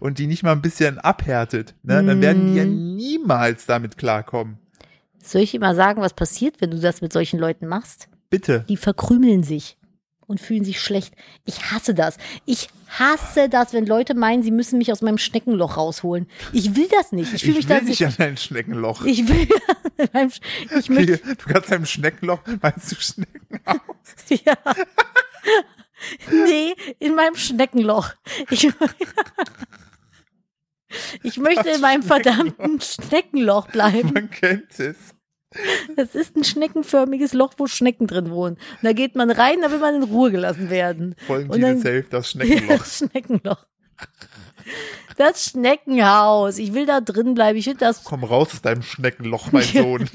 Und die nicht mal ein bisschen abhärtet, ne? Dann werden die ja Mm. niemals damit klarkommen. Soll ich dir mal sagen, was passiert, wenn du das mit solchen Leuten machst? Bitte. Die verkrümeln sich und fühlen sich schlecht. Ich hasse das. Ich hasse das, wenn Leute meinen, sie müssen mich aus meinem Schneckenloch rausholen. Ich will das nicht. Ich fühle mich ich will da nicht an dein Schneckenloch. Ich will. ich möchte. du kannst deinem Schneckenloch, meinst du Schnecken? Ja. Nee, in meinem Schneckenloch. Ich, ich möchte in meinem verdammten Schneckenloch bleiben. Man kennt es. Das ist ein schneckenförmiges Loch, wo Schnecken drin wohnen. Und da geht man rein, da will man in Ruhe gelassen werden. Folgen Und dann- Tine Safe, das Schneckenloch. Das Schneckenloch. Das Schneckenhaus. Ich will da drin bleiben. Ich finde das. Komm raus aus deinem Schneckenloch, mein Sohn.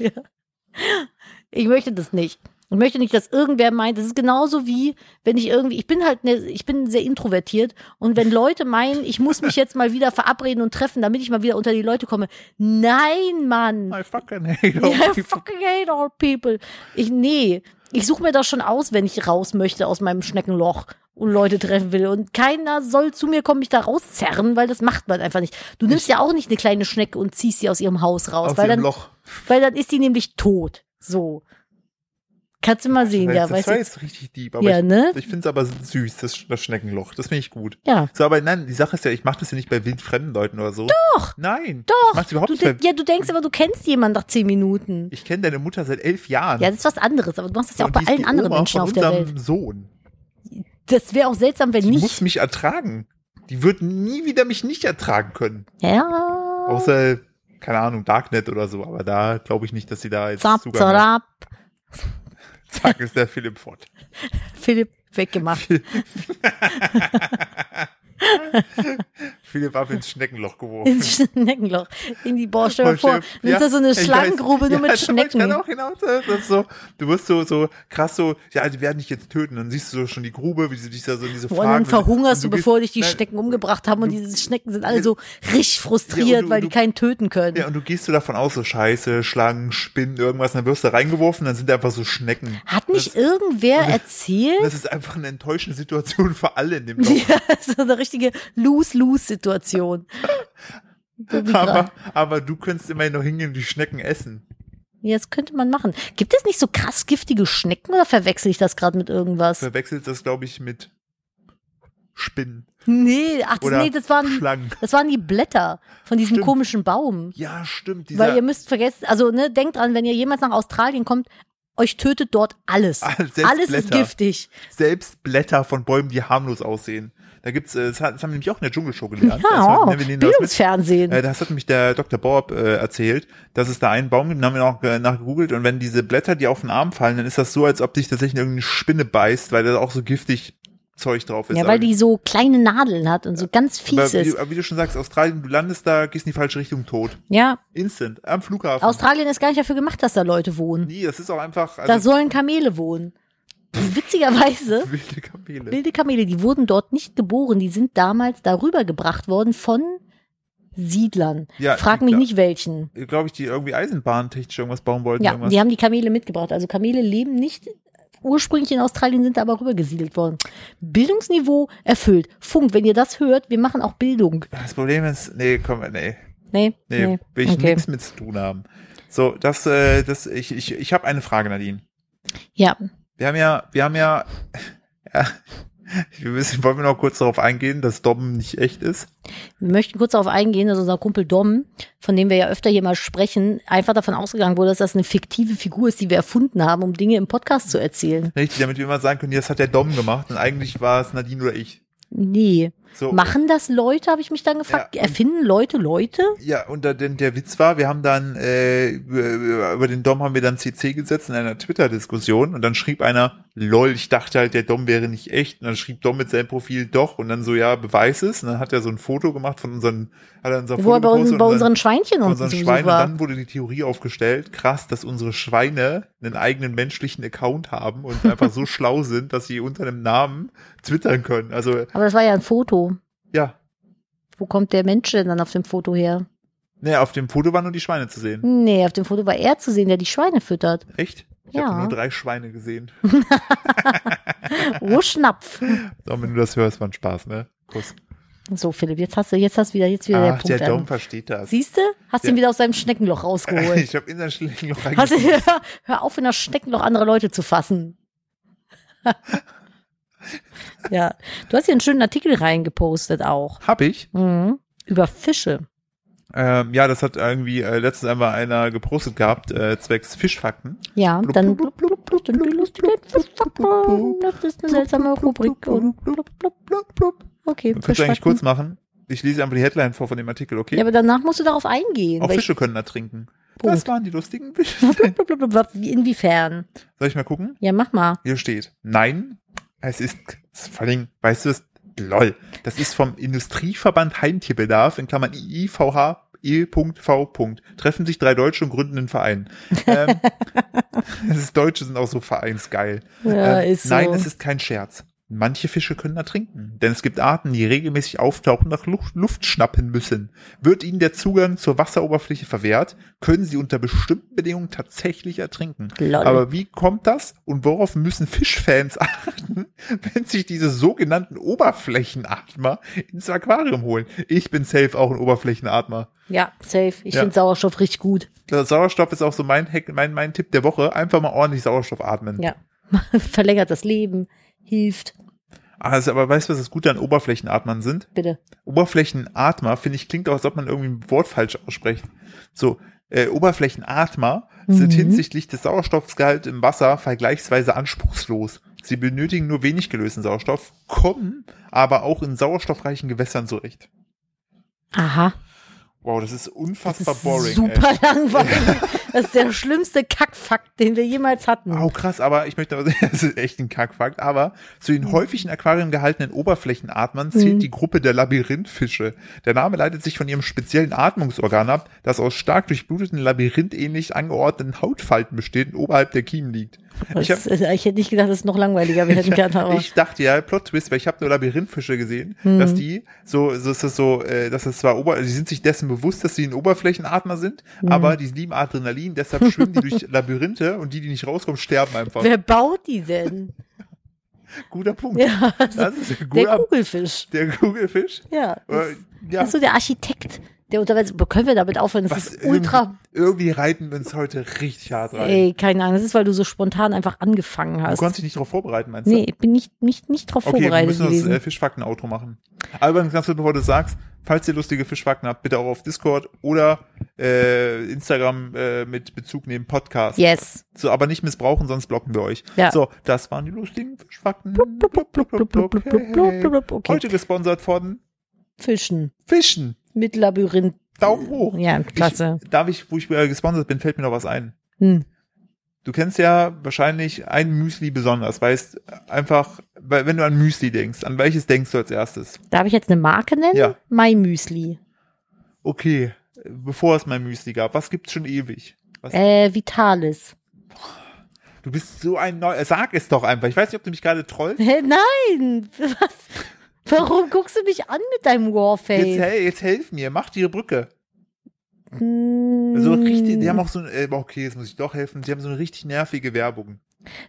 Ich möchte das nicht. Und möchte nicht, dass irgendwer meint, das ist genauso wie, wenn ich irgendwie, ich bin halt, ne, ich bin sehr introvertiert und wenn Leute meinen, ich muss mich jetzt mal wieder verabreden und treffen, damit ich mal wieder unter die Leute komme. Nein, Mann. I fucking hate all I people. fucking hate all people. Ich, nee, ich suche mir das schon aus, wenn ich raus möchte aus meinem Schneckenloch und Leute treffen will. Und keiner soll zu mir kommen, mich da rauszerren, weil das macht man einfach nicht. Du nimmst ja auch nicht eine kleine Schnecke und ziehst sie aus ihrem Haus raus, Aus weil, dem dann, Loch. weil dann ist die nämlich tot. So. Kannst du mal sehen, ja, das weißt war du? jetzt richtig deep, aber Ja, ich, ne? ich finde es aber süß, das, das Schneckenloch. Das finde ich gut. Ja. So, aber nein, die Sache ist ja, ich mache das ja nicht bei wildfremden Leuten oder so. Doch! Nein. Ich Doch! mach's überhaupt du, nicht bei, de- ja, du denkst aber, du kennst jemanden nach zehn Minuten. Ich kenne deine Mutter seit elf Jahren. Ja, das ist was anderes, aber du machst das ja auch Und bei die ist allen die anderen Oma Menschen von auf der unserem Welt. Sohn. Das wäre auch seltsam, wenn Die muss nicht. mich ertragen. Die wird nie wieder mich nicht ertragen können. Ja. Außer, keine Ahnung, Darknet oder so. Aber da glaube ich nicht, dass sie da jetzt Zap, Zugang hat. zarab. Zack, ist der Philipp fort. Philipp weggemacht. Philipp ab ins Schneckenloch geworfen. Ins Schneckenloch. In die Boah, stell dir Voll schön. vor, nimmst da so Ja, eine ich weiß. Schlangengrube nur ja, da mit wollte ich Schnecken. gerade Auch hinaus, das ist so, du wirst so, so krass so, ja, die werden dich jetzt töten. Dann siehst du so schon die Grube, wie sie dich da so in diese Und Fragen... dann verhungerst du, und gehst- bevor dich die nein, Schnecken umgebracht haben. Und du- diese Schnecken sind alle so richtig frustriert, Ja, und du- weil die du- keinen töten können. Ja, und du gehst so davon aus, so Scheiße, Schlangen, Spinnen, irgendwas, und dann wirst du reingeworfen, dann sind da einfach so Schnecken. Hat nicht irgendwer erzählt? Das ist einfach eine enttäuschende Situation für alle in dem Dorf. Ja, so eine richtige Lose-Lose-Situation. So wie gerade. Aber, aber du könntest immerhin noch hingehen und die Schnecken essen. Ja, das könnte man machen. Gibt es nicht so krass giftige Schnecken oder verwechsel ich das gerade mit irgendwas? Verwechselst das, glaube ich, mit Spinnen Nee, ach, das, oder nee, das waren, Schlangen. das waren die Blätter von diesem Stimmt. komischen Baum. Ja, stimmt. Weil ihr Dieser, müsst vergessen, also ne, denkt dran, wenn ihr jemals nach Australien kommt, euch tötet dort alles. Selbst Alles ist Blätter. giftig. selbst Blätter von Bäumen, die harmlos aussehen. Da gibt's, äh, das, hat- das haben wir nämlich auch in der Dschungelshow gelernt. Das Ja, war- oh, ne, wir nehmen das mit. Bildungsfernsehen. Äh, Das hat nämlich der Dr. Borb äh, erzählt, dass es da einen Baum gibt, den haben wir noch äh, nachgegoogelt und wenn diese Blätter dir auf den Arm fallen, dann ist das so, als ob dich tatsächlich irgendeine Spinne beißt, weil da auch so giftig Zeug drauf ist. ja, weil Aber- die so kleine Nadeln hat und so ganz aber fies wie, ist. du- aber wie du schon sagst, Australien, du landest da, gehst in die falsche Richtung tot. Ja, Instant, am Flughafen. Australien ist gar nicht dafür gemacht, dass da Leute wohnen. nee, das ist auch einfach Da also, sollen Kamele wohnen. Witzigerweise, wilde Kamele. wilde Kamele, die wurden dort nicht geboren, die sind damals darüber gebracht worden von Siedlern. Ja, Frag mich Siedler. nicht welchen. Glaube ich, die irgendwie eisenbahntechnisch irgendwas bauen wollten. Ja, irgendwas. die haben die Kamele mitgebracht. Also Kamele leben nicht ursprünglich in Australien, sind da aber rübergesiedelt worden. Bildungsniveau erfüllt. Funk, wenn ihr das hört, wir machen auch Bildung. Das Problem ist, nee, komm, nee. Nee, Nee, nee. will ich okay. nichts mit zu tun haben. So, das, äh, das, ich, ich, ich habe eine Frage, Nadine. Ja, Wir haben ja, wir haben ja, ja wir müssen, wollen wir noch kurz darauf eingehen, dass Dobben nicht echt ist. wir möchten kurz darauf eingehen, dass unser Kumpel Dom, von dem wir ja öfter hier mal sprechen, einfach davon ausgegangen wurde, dass das eine fiktive Figur ist, die wir erfunden haben, um Dinge im Podcast zu erzählen. Richtig, damit wir immer sagen können, ja, das hat der Dom gemacht und eigentlich war es Nadine oder ich. Nee. So, Machen das Leute, habe ich mich dann gefragt. Ja. Erfinden Leute Leute? ja, und da, denn der Witz war, wir haben dann, äh, über über den Dom haben wir dann CC gesetzt in einer Twitter-Diskussion und dann schrieb einer, lol, ich dachte halt, der Dom wäre nicht echt und dann schrieb Dom mit seinem Profil doch und dann so, ja, beweis es und dann hat er so ein Foto gemacht von unseren, hat er unser Wo er bei, gepostet uns, und bei dann- unseren Schweinchen Von unten unseren zu Besuch Schweinen. Und war. dann wurde die Theorie aufgestellt, krass, dass unsere Schweine einen eigenen menschlichen Account haben und einfach so schlau sind, dass sie unter einem Namen twittern können. Also, Aber das war ja ein Foto. ja. Wo kommt der Mensch denn dann auf dem Foto her? Naja, auf dem Foto waren nur die Schweine zu sehen. Nee, auf dem Foto war er zu sehen, der die Schweine füttert. Echt? Ich Ja. habe nur drei Schweine gesehen. Oh, Schnapf. So, wenn du das hörst, war ein Spaß, ne? Kuss. So, Philipp, jetzt hast du, jetzt hast du wieder, jetzt wieder Ach, der der Dom Punkt. versteht das. Siehst du? Hast Ja. ihn wieder aus seinem Schneckenloch rausgeholt. Ich habe in sein Schlingloch Hast du, reingeguckt. hör, hör auf, in das Schneckenloch andere Leute zu fassen. ja. Du hast hier einen schönen Artikel reingepostet auch. Hab ich. Mhm. Über Fische. Ähm, ja, das hat irgendwie äh, letztens einmal einer gepostet gehabt, äh, zwecks Fischfakten. Ja, Blub, dann. blub, Sind die lustigen Fischfakten. Das ist eine seltsame Rubrik. Und okay, Kannst du eigentlich Fischfakten. kurz machen? Ich lese einfach die Headline vor von dem Artikel, okay? Ja, aber danach musst du darauf eingehen. Auch Welch- Fische können ertrinken. Punkt. Das waren die lustigen Fische. Blablabla. Wie- Inwiefern? Soll ich mal gucken? Ja, mach mal. Hier steht, nein, es ist, es ist vor allem, weißt du, es, lol, das ist vom Industrieverband Heimtierbedarf, in Klammern IIVH, E.V. Treffen sich drei Deutsche und gründen einen Verein. Ähm, das Deutsche sind auch so vereinsgeil. Ja, Ähm, ist so. Nein, es ist kein Scherz. Manche Fische können ertrinken, denn es gibt Arten, die regelmäßig auftauchen und nach Luft, Luft schnappen müssen. Wird ihnen der Zugang zur Wasseroberfläche verwehrt, können sie unter bestimmten Bedingungen tatsächlich ertrinken. Lol. Aber wie kommt das und worauf müssen Fischfans achten, wenn sich diese sogenannten Oberflächenatmer ins Aquarium holen? Ich bin safe auch ein Oberflächenatmer. ja, safe. Ich Ja. finde Sauerstoff richtig gut. Der Sauerstoff ist auch so mein, Hack- mein, mein Tipp der Woche. Einfach mal ordentlich Sauerstoff atmen. Ja. Verlängert das Leben, hilft, Also, aber weißt du, was das Gute an Oberflächenatmern sind? bitte. Oberflächenatmer, finde ich, klingt auch, als ob man irgendwie ein Wort falsch ausspricht. So, äh, Oberflächenatmer sind Mhm. hinsichtlich des Sauerstoffgehalts im Wasser vergleichsweise anspruchslos. Sie benötigen nur wenig gelösten Sauerstoff, kommen aber auch in sauerstoffreichen Gewässern zurecht. Aha. Wow, das ist Das unfassbar ist boring. super langweilig. Das ist der schlimmste Kackfakt, den wir jemals hatten. Ey. Oh, krass, aber ich möchte, das ist echt ein Kackfakt, aber zu den häufig in Aquarien gehaltenen Oberflächenatmern zählt Mhm. die Gruppe der Labyrinthfische. Der Name leitet sich von ihrem speziellen Atmungsorgan ab, das aus stark durchbluteten, labyrinthähnlich angeordneten Hautfalten besteht und oberhalb der Kiemen liegt. Das Ich hab, ist- äh, ich, hätte nicht gedacht, dass es noch langweiliger werden kann, aber Mhm. Ich dachte ja, Plot-Twist, weil ich habe nur Labyrinthfische gesehen, dass die so, so ist das so, äh, dass es zwar Ober, sie sind sich dessen bewusst, dass sie ein Oberflächenatmer sind, Mhm. aber die lieben Adrenalin, deshalb schwimmen die durch Labyrinthe und die, die nicht rauskommen, sterben einfach. wer baut die denn? Guter Punkt. Ja, also Das ist ein der guter, Kugelfisch. der Kugelfisch. Ja. Das, Äh, das ja, ist so der Architekt, der unterwegs. Können wir damit aufhören? Das was, ist ultra. Irgendwie reiten wir uns heute richtig hart rein. Ey, keine Ahnung. Das ist, weil du so spontan einfach angefangen du hast. konntest dich nicht darauf vorbereiten, meinst Nee, ich bin nicht, nicht, nicht drauf du? Okay, wir vorbereitet müssen das gewesen. äh, Fischfakten-Auto machen. Aber übrigens, ganz kurz, bevor du das sagst, falls ihr lustige Fischfakten habt, bitte auch auf Discord oder äh, Instagram äh, mit Bezug nehmen Podcast. yes. So, aber nicht missbrauchen, sonst blocken wir euch. Ja. So, das waren die lustigen Fischfakten. blub, blub, blub, blub, blub, blub, blub, blub, Hey. blub, Okay. Heute gesponsert von Fischen Fischen. mit Labyrinth. Daumen hoch. Äh, Ja, klasse. Ich, darf ich, wo ich äh, gesponsert bin, fällt mir noch was ein. Hm. Du kennst ja wahrscheinlich ein Müsli besonders, weißt einfach, weil wenn du an Müsli denkst, an welches denkst du als erstes? Darf ich jetzt eine Marke nennen? Ja. My Müsli. Okay, bevor es mein Müsli gab, was gibt's schon ewig? Was, Äh, Vitalis. du bist so ein neu, äh, sag es doch einfach. Ich weiß nicht, ob du mich gerade trollst. Hä, nein! Was? Warum guckst du mich an mit deinem Jetzt, Warface? hey, jetzt helf mir, mach die Brücke. Hm. So richtig, die haben auch so ein, äh, okay, jetzt muss ich doch helfen. Die haben so eine richtig nervige Werbung.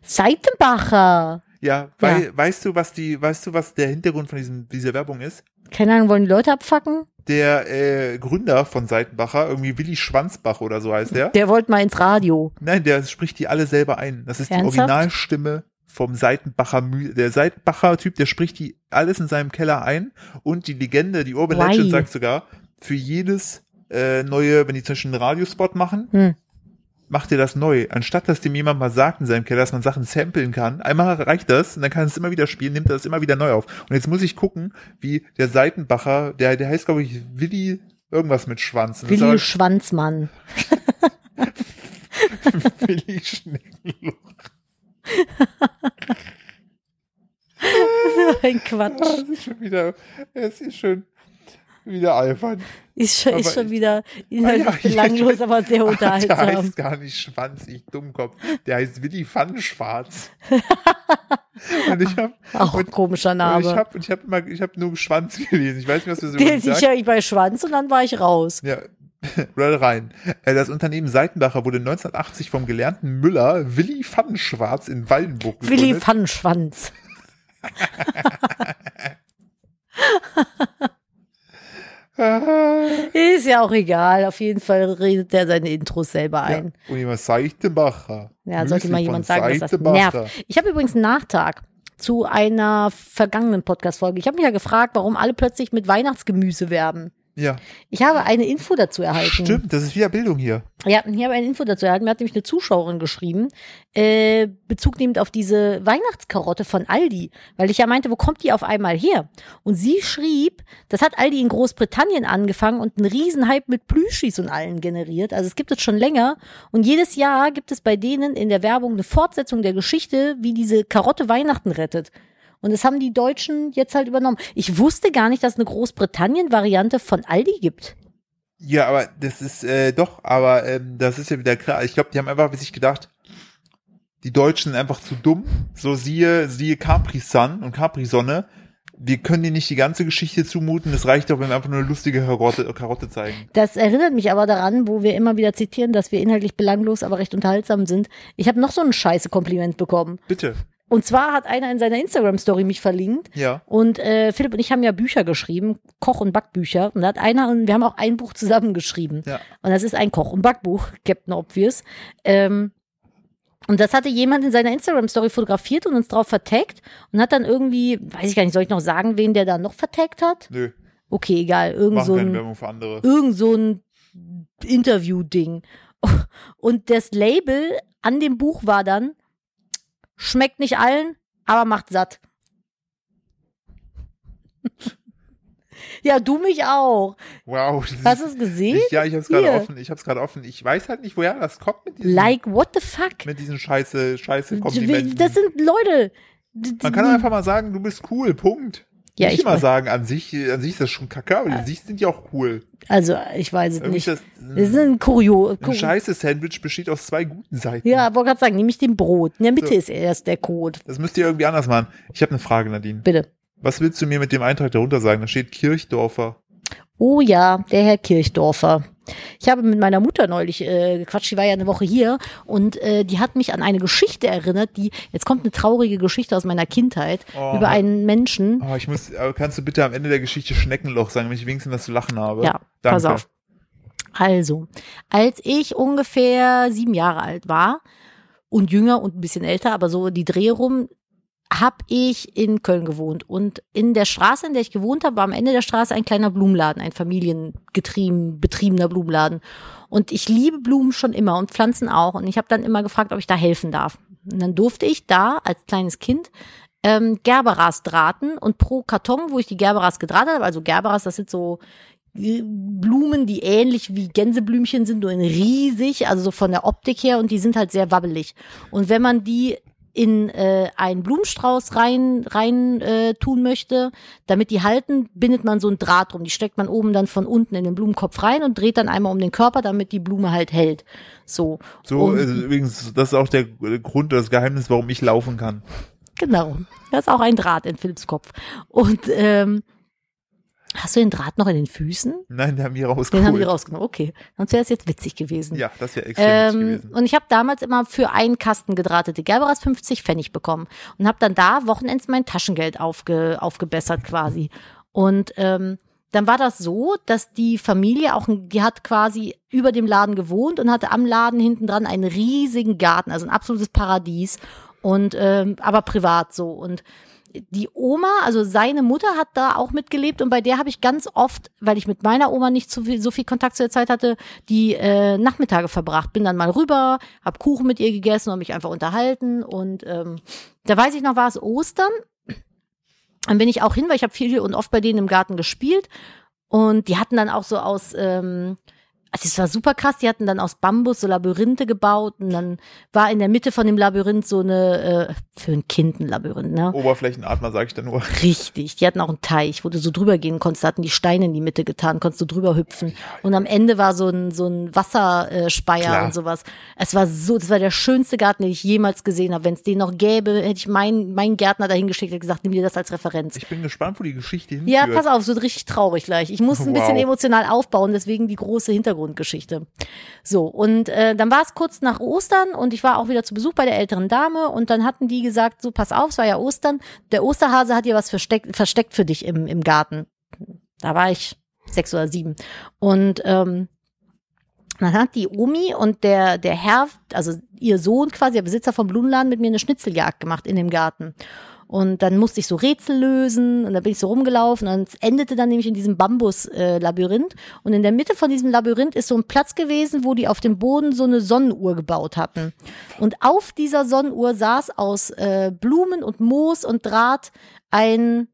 Seitenbacher. Ja, weil, weißt du, was die, weißt du, was der Hintergrund von diesem, dieser Werbung ist? Keine Ahnung, wollen die Leute abfacken? Der äh, Gründer von Seitenbacher, irgendwie Willi Schwanzbach oder so heißt der. Der wollte mal ins Radio. Nein, der spricht die alle selber ein. Das ist Ernsthaft? die Originalstimme vom Seitenbacher Mü Der Seitenbacher Typ, der spricht die alles in seinem Keller ein. Und die Legende, die Urban Why? Legend sagt sogar, für jedes äh, neue, wenn die zum Beispiel einen Radiospot machen, Hm. macht ihr das neu. Anstatt, dass dem jemand mal sagt in seinem Keller, dass man Sachen samplen kann, einmal reicht das und dann kann er es immer wieder spielen, nimmt er das immer wieder neu auf. Und jetzt muss ich gucken, wie der Seitenbacher, der, der heißt, glaube ich, Willi irgendwas mit Schwanz. Das ist Willi aber- Schwanzmann. Willi Schneckenloch. Ein Ah, Quatsch. Es ist schon wieder, es ist schon wieder albern. Ist schon, Aber ist schon ich- wieder inhaltlich Ah, ja, ich- belanglos, aber sehr Ach, der unterhaltsam. heißt gar nicht Schwanz, ich Dummkopf. Der heißt Willi Pfannenschwarz. und ich habe Auch und, komischer und Also ich Name. hab, und ich hab immer, ich habe nur Schwanz gelesen. Ich weiß nicht, was wir so Den ich gesagt ja bei Schwanz und dann war ich raus. Ja. Roll rein. Äh, Das Unternehmen Seitenbacher wurde 1980 vom gelernten Müller Willi Pfannenschwarz in Waldenburg gegründet. Willi Pfannenschwanz. Ah. Ist ja auch egal. Auf jeden Fall redet der seine Intros selber ein. Ja. Und jemand Seitenbacher. Ja, sollte Müsli mal von jemand sagen, dass das Seitenbacher. nervt. Ich habe übrigens einen Nachtrag zu einer vergangenen Podcast-Folge. Ich habe mich ja gefragt, warum alle plötzlich mit Weihnachtsgemüse werben. Ja, Ich habe eine Info dazu erhalten. stimmt, das ist wieder Bildung hier. Ja, ich habe eine Info dazu erhalten. Mir hat nämlich eine Zuschauerin geschrieben, äh, bezugnehmend auf diese Weihnachtskarotte von Aldi, weil ich ja meinte, wo kommt die auf einmal her? Und sie schrieb, das hat Aldi in Großbritannien angefangen und einen Riesenhype mit Plüschis und allen generiert. Also es gibt es schon länger. Und jedes Jahr gibt es bei denen in der Werbung eine Fortsetzung der Geschichte, wie diese Karotte Weihnachten rettet. Und das haben die Deutschen jetzt halt übernommen. Ich wusste gar nicht, dass es eine Großbritannien-Variante von Aldi gibt. Ja, aber das ist äh, doch, aber ähm, das ist ja wieder klar. Ich glaube, die haben einfach sich gedacht, die Deutschen sind einfach zu dumm. So siehe, siehe Capri-Sun und Capri-Sonne. Wir können dir nicht die ganze Geschichte zumuten. Das reicht doch, wenn wir einfach nur eine lustige Karotte, Karotte zeigen. Das erinnert mich aber daran, wo wir immer wieder zitieren, dass wir inhaltlich belanglos, aber recht unterhaltsam sind. Ich habe noch so ein scheiße Kompliment bekommen. Bitte. Und zwar hat einer in seiner Instagram-Story mich verlinkt. Ja. Und äh, Philipp und ich haben ja Bücher geschrieben, Koch- und Backbücher. Und da hat einer, und wir haben auch ein Buch zusammengeschrieben. Ja. Und das ist ein Koch- und Backbuch, Captain Obvious. Ähm, und das hatte jemand in seiner Instagram-Story fotografiert und uns drauf vertaggt und hat dann irgendwie, weiß ich gar nicht, soll ich noch sagen, wen der da noch vertaggt hat? Nö, Okay, egal, irgend machen so keine ein, Werbung für andere. irgend so ein Interview-Ding. Und das Label an dem Buch war dann, schmeckt nicht allen, aber macht satt. ja, du mich auch. Wow. das Hast ist- du es gesehen? ich, ja, ich hab's gerade Hier. offen. Ich hab's gerade offen. Ich weiß halt nicht, woher das kommt mit diesem, Like, what the fuck? mit diesen scheiße, scheiße Komplimenten. Das sind Leute. Man kann doch einfach mal sagen, du bist cool, Punkt. Ja, nicht ich immer weiß- sagen, an sich, an sich ist das schon kacke, aber an sich sind die auch cool. Also, ich weiß es Irgendwie nicht. ist das, Das ist ein Kurio. ein scheiße Sandwich besteht aus zwei guten Seiten. Ja, wollte gerade sagen, nämlich dem Brot. In der Mitte So. ist erst der Code. Das müsst ihr irgendwie anders machen. Ich habe eine Frage, Nadine. Bitte. Was willst du mir mit dem Eintrag darunter sagen? Da steht Kirchdorfer. Oh ja, der Herr Kirchdorfer. Ich habe mit meiner Mutter neulich äh, gequatscht, die war ja eine Woche hier und äh, die hat mich an eine Geschichte erinnert, die, jetzt kommt eine traurige Geschichte aus meiner Kindheit Oh. über einen Menschen. Oh, ich muss, aber kannst du bitte am Ende der Geschichte Schneckenloch sagen, damit ich wenigstens was zu lachen habe? Ja, pass auf. Also, als ich ungefähr sieben Jahre alt war und jünger und ein bisschen älter, aber so die Dreh rum, habe ich in Köln gewohnt. Und in der Straße, in der ich gewohnt habe, war am Ende der Straße ein kleiner Blumenladen, ein familiengetrieben, betriebener Blumenladen. Und ich liebe Blumen schon immer und Pflanzen auch. Und ich habe dann immer gefragt, ob ich da helfen darf. Und dann durfte ich da als kleines Kind ähm, Gerberas drahten und pro Karton, wo ich die Gerberas gedrahtet habe, also Gerberas, das sind so äh, Blumen, die ähnlich wie Gänseblümchen sind, nur in riesig, also so von der Optik her und die sind halt sehr wabbelig. Und wenn man die in äh, einen Blumenstrauß rein rein äh, tun möchte, damit die halten, bindet man so ein Draht drum. Die steckt man oben dann von unten in den Blumenkopf rein und dreht dann einmal um den Körper, damit die Blume halt hält. So. So, Und- also übrigens, das ist auch der Grund oder das Geheimnis, warum ich laufen kann. Genau. Da ist auch ein Draht in Philipps Kopf. Und ähm, hast du den Draht noch in den Füßen? Nein, der haben wir Den rausgeholt. haben wir rausgenommen. Okay. Sonst wäre es jetzt witzig gewesen. Ja, das wäre extrem witzig Ähm, gewesen. und ich habe damals immer für einen Kasten gedrahtete Gerberas 50 Pfennig bekommen und habe dann da wochenends mein Taschengeld aufge, aufgebessert quasi. Und ähm, dann war das so, dass die Familie auch, ein- die hat quasi über dem Laden gewohnt und hatte am Laden hinten dran einen riesigen Garten, also ein absolutes Paradies und ähm, aber privat so und die Oma, also seine Mutter hat da auch mitgelebt und bei der habe ich ganz oft, weil ich mit meiner Oma nicht so viel, so viel Kontakt zu der Zeit hatte, die äh, Nachmittage verbracht. Bin dann mal rüber, hab Kuchen mit ihr gegessen und mich einfach unterhalten und ähm, da weiß ich noch, war es Ostern. Dann bin ich auch hin, weil ich habe viel und oft bei denen im Garten gespielt und die hatten dann auch so aus ähm, also es war super krass, die hatten dann aus Bambus so Labyrinthe gebaut und dann war in der Mitte von dem Labyrinth so eine, äh, für ein Kind ein Labyrinth, ne? Oberflächenatmer, sage ich dann nur. Richtig, die hatten auch einen Teich, wo du so drüber gehen konntest, da hatten die Steine in die Mitte getan, konntest du drüber hüpfen. Und am Ende war so ein, so ein Wasserspeier Klar. und sowas. Es war so, das war der schönste Garten, den ich jemals gesehen habe. Wenn es den noch gäbe, hätte ich meinen meinen Gärtner dahin geschickt und gesagt, nimm dir das als Referenz. Ich bin gespannt, wo die Geschichte hinführt. Ja, pass auf, so richtig traurig gleich. Ich muss ein Wow. bisschen emotional aufbauen, deswegen die große Hintergrundgeschichte. So, und äh, dann war es kurz nach Ostern und ich war auch wieder zu Besuch bei der älteren Dame und dann hatten die gesagt, so pass auf, es war ja Ostern, der Osterhase hat dir was versteckt, versteckt für dich im, im Garten. Da war ich sechs oder sieben. Und ähm, dann hat die Omi und der, der Herr, also ihr Sohn quasi, der Besitzer vom Blumenladen, mit mir eine Schnitzeljagd gemacht in dem Garten. Und dann musste ich so Rätsel lösen und dann bin ich so rumgelaufen und es endete dann nämlich in diesem Bambus-Labyrinth. und in der Mitte von diesem Labyrinth ist so ein Platz gewesen, wo die auf dem Boden so eine Sonnenuhr gebaut hatten. Und auf dieser Sonnenuhr saß aus äh, Blumen und Moos und Draht ein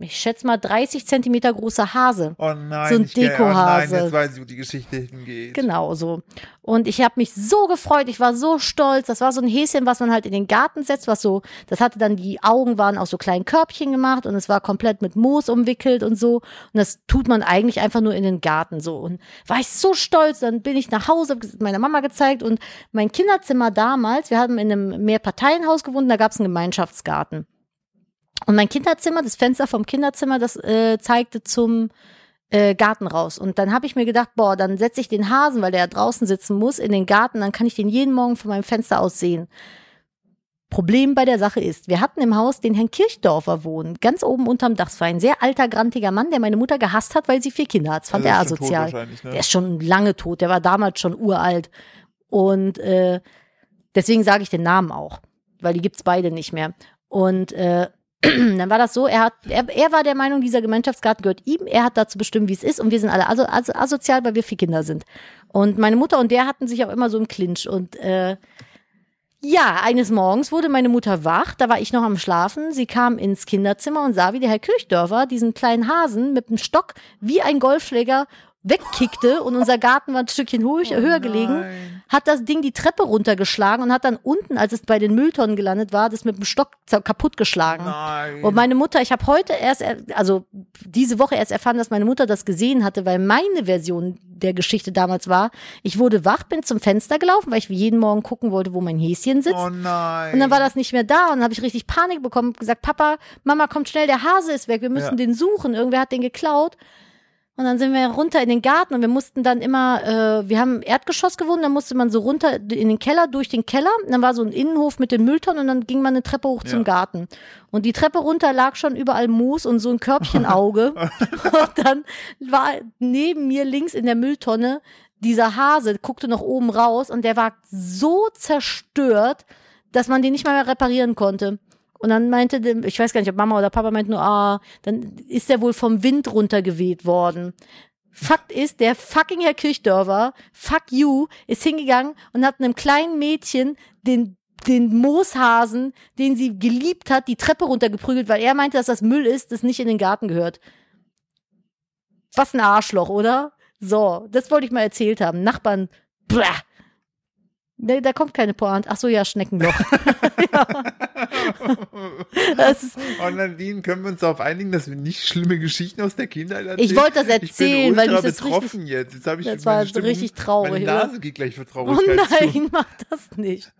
ich schätze mal 30 Zentimeter großer Hase. Oh nein, So ein ich gell- Dekohase. Oh nein, jetzt weiß ich, wo die Geschichte hingeht. Genau so. Und ich habe mich so gefreut, ich war so stolz. Das war so ein Häschen, was man halt in den Garten setzt, was so, das hatte dann die Augen waren aus so kleinen Körbchen gemacht und es war komplett mit Moos umwickelt und so. Und das tut man eigentlich einfach nur in den Garten so. Und war ich so stolz, dann bin ich nach Hause, hab ges- meiner Mama gezeigt und mein Kinderzimmer damals, wir haben in einem Mehrparteienhaus gewohnt, und da gab es einen Gemeinschaftsgarten. Und mein Kinderzimmer, das Fenster vom Kinderzimmer, das äh, zeigte zum äh, Garten raus. Und dann habe ich mir gedacht, boah, dann setze ich den Hasen, weil der ja draußen sitzen muss, in den Garten, dann kann ich den jeden Morgen von meinem Fenster aus sehen. Problem bei der Sache ist, wir hatten im Haus den Herrn Kirchdorfer wohnen, ganz oben unterm Dach. Es war ein sehr alter, grantiger Mann, der meine Mutter gehasst hat, weil sie vier Kinder hat. Das fand Also er ist schon tot asozial. wahrscheinlich, ne? Der ist schon lange tot, der war damals schon uralt. Und äh, deswegen sage ich den Namen auch, weil die gibt's beide nicht mehr. Und äh, dann war das so, er, hat, er, er war der Meinung, dieser Gemeinschaftsgarten gehört ihm, er hat dazu bestimmt, wie es ist und wir sind alle aso, aso, asozial, weil wir vier Kinder sind. Und meine Mutter und der hatten sich auch immer so im Clinch und äh, ja, eines Morgens wurde meine Mutter wach, da war ich noch am Schlafen. Sie kam ins Kinderzimmer und sah, wie der Herr Kirchdörfer diesen kleinen Hasen mit einem Stock wie ein Golfschläger wegkickte und unser Garten war ein Stückchen hoch, Oh höher gelegen nein. hat das Ding die Treppe runtergeschlagen und hat dann unten, als es bei den Mülltonnen gelandet war, das mit dem Stock zer- kaputtgeschlagen. Nein. Und meine Mutter, ich habe heute erst, er- also diese Woche erst erfahren, dass meine Mutter das gesehen hatte, weil meine Version der Geschichte damals war, ich wurde wach, bin zum Fenster gelaufen, weil ich jeden Morgen gucken wollte, wo mein Häschen sitzt. oh nein. Und dann war das nicht mehr da und dann habe ich richtig Panik bekommen, hab gesagt, Papa, Mama, kommt schnell, der Hase ist weg, wir müssen Ja. den suchen, irgendwer hat den geklaut. Und dann sind wir runter in den Garten und wir mussten dann immer, äh, wir haben im Erdgeschoss gewohnt, dann musste man so runter in den Keller, durch den Keller. Und dann war so ein Innenhof mit den Mülltonnen und dann ging man eine Treppe hoch zum Ja. Garten. Und die Treppe runter lag schon überall Moos und so ein Körbchenauge. und dann war neben mir links in der Mülltonne dieser Hase, guckte noch oben raus und der war so zerstört, dass man den nicht mal mehr reparieren konnte. Und dann meinte, dem- ich weiß gar nicht, ob Mama oder Papa meint nur, ah, dann ist der wohl vom Wind runtergeweht worden. Fakt ist, der fucking Herr Kirchdörfer, fuck you, ist hingegangen und hat einem kleinen Mädchen den, den Mooshasen, den sie geliebt hat, die Treppe runtergeprügelt, weil er meinte, dass das Müll ist, das nicht in den Garten gehört. Was ein Arschloch, oder? So, das wollte ich mal erzählt haben. Nachbarn, blah. Da, da kommt keine Pointe. Ach so, ja, Schneckenloch. ja. Das ist, Und Oh, Nadine, können wir uns darauf einigen, dass wir nicht schlimme Geschichten aus der Kindheit erzählen? ich wollte das ich erzählen, bin weil ultra mich das richtig betroffen jetzt. Jetzt habe ich Das war meine jetzt richtig traurig, Meine oder? Nase geht gleich für Oh Traurigkeit halt zu. nein, mach das nicht.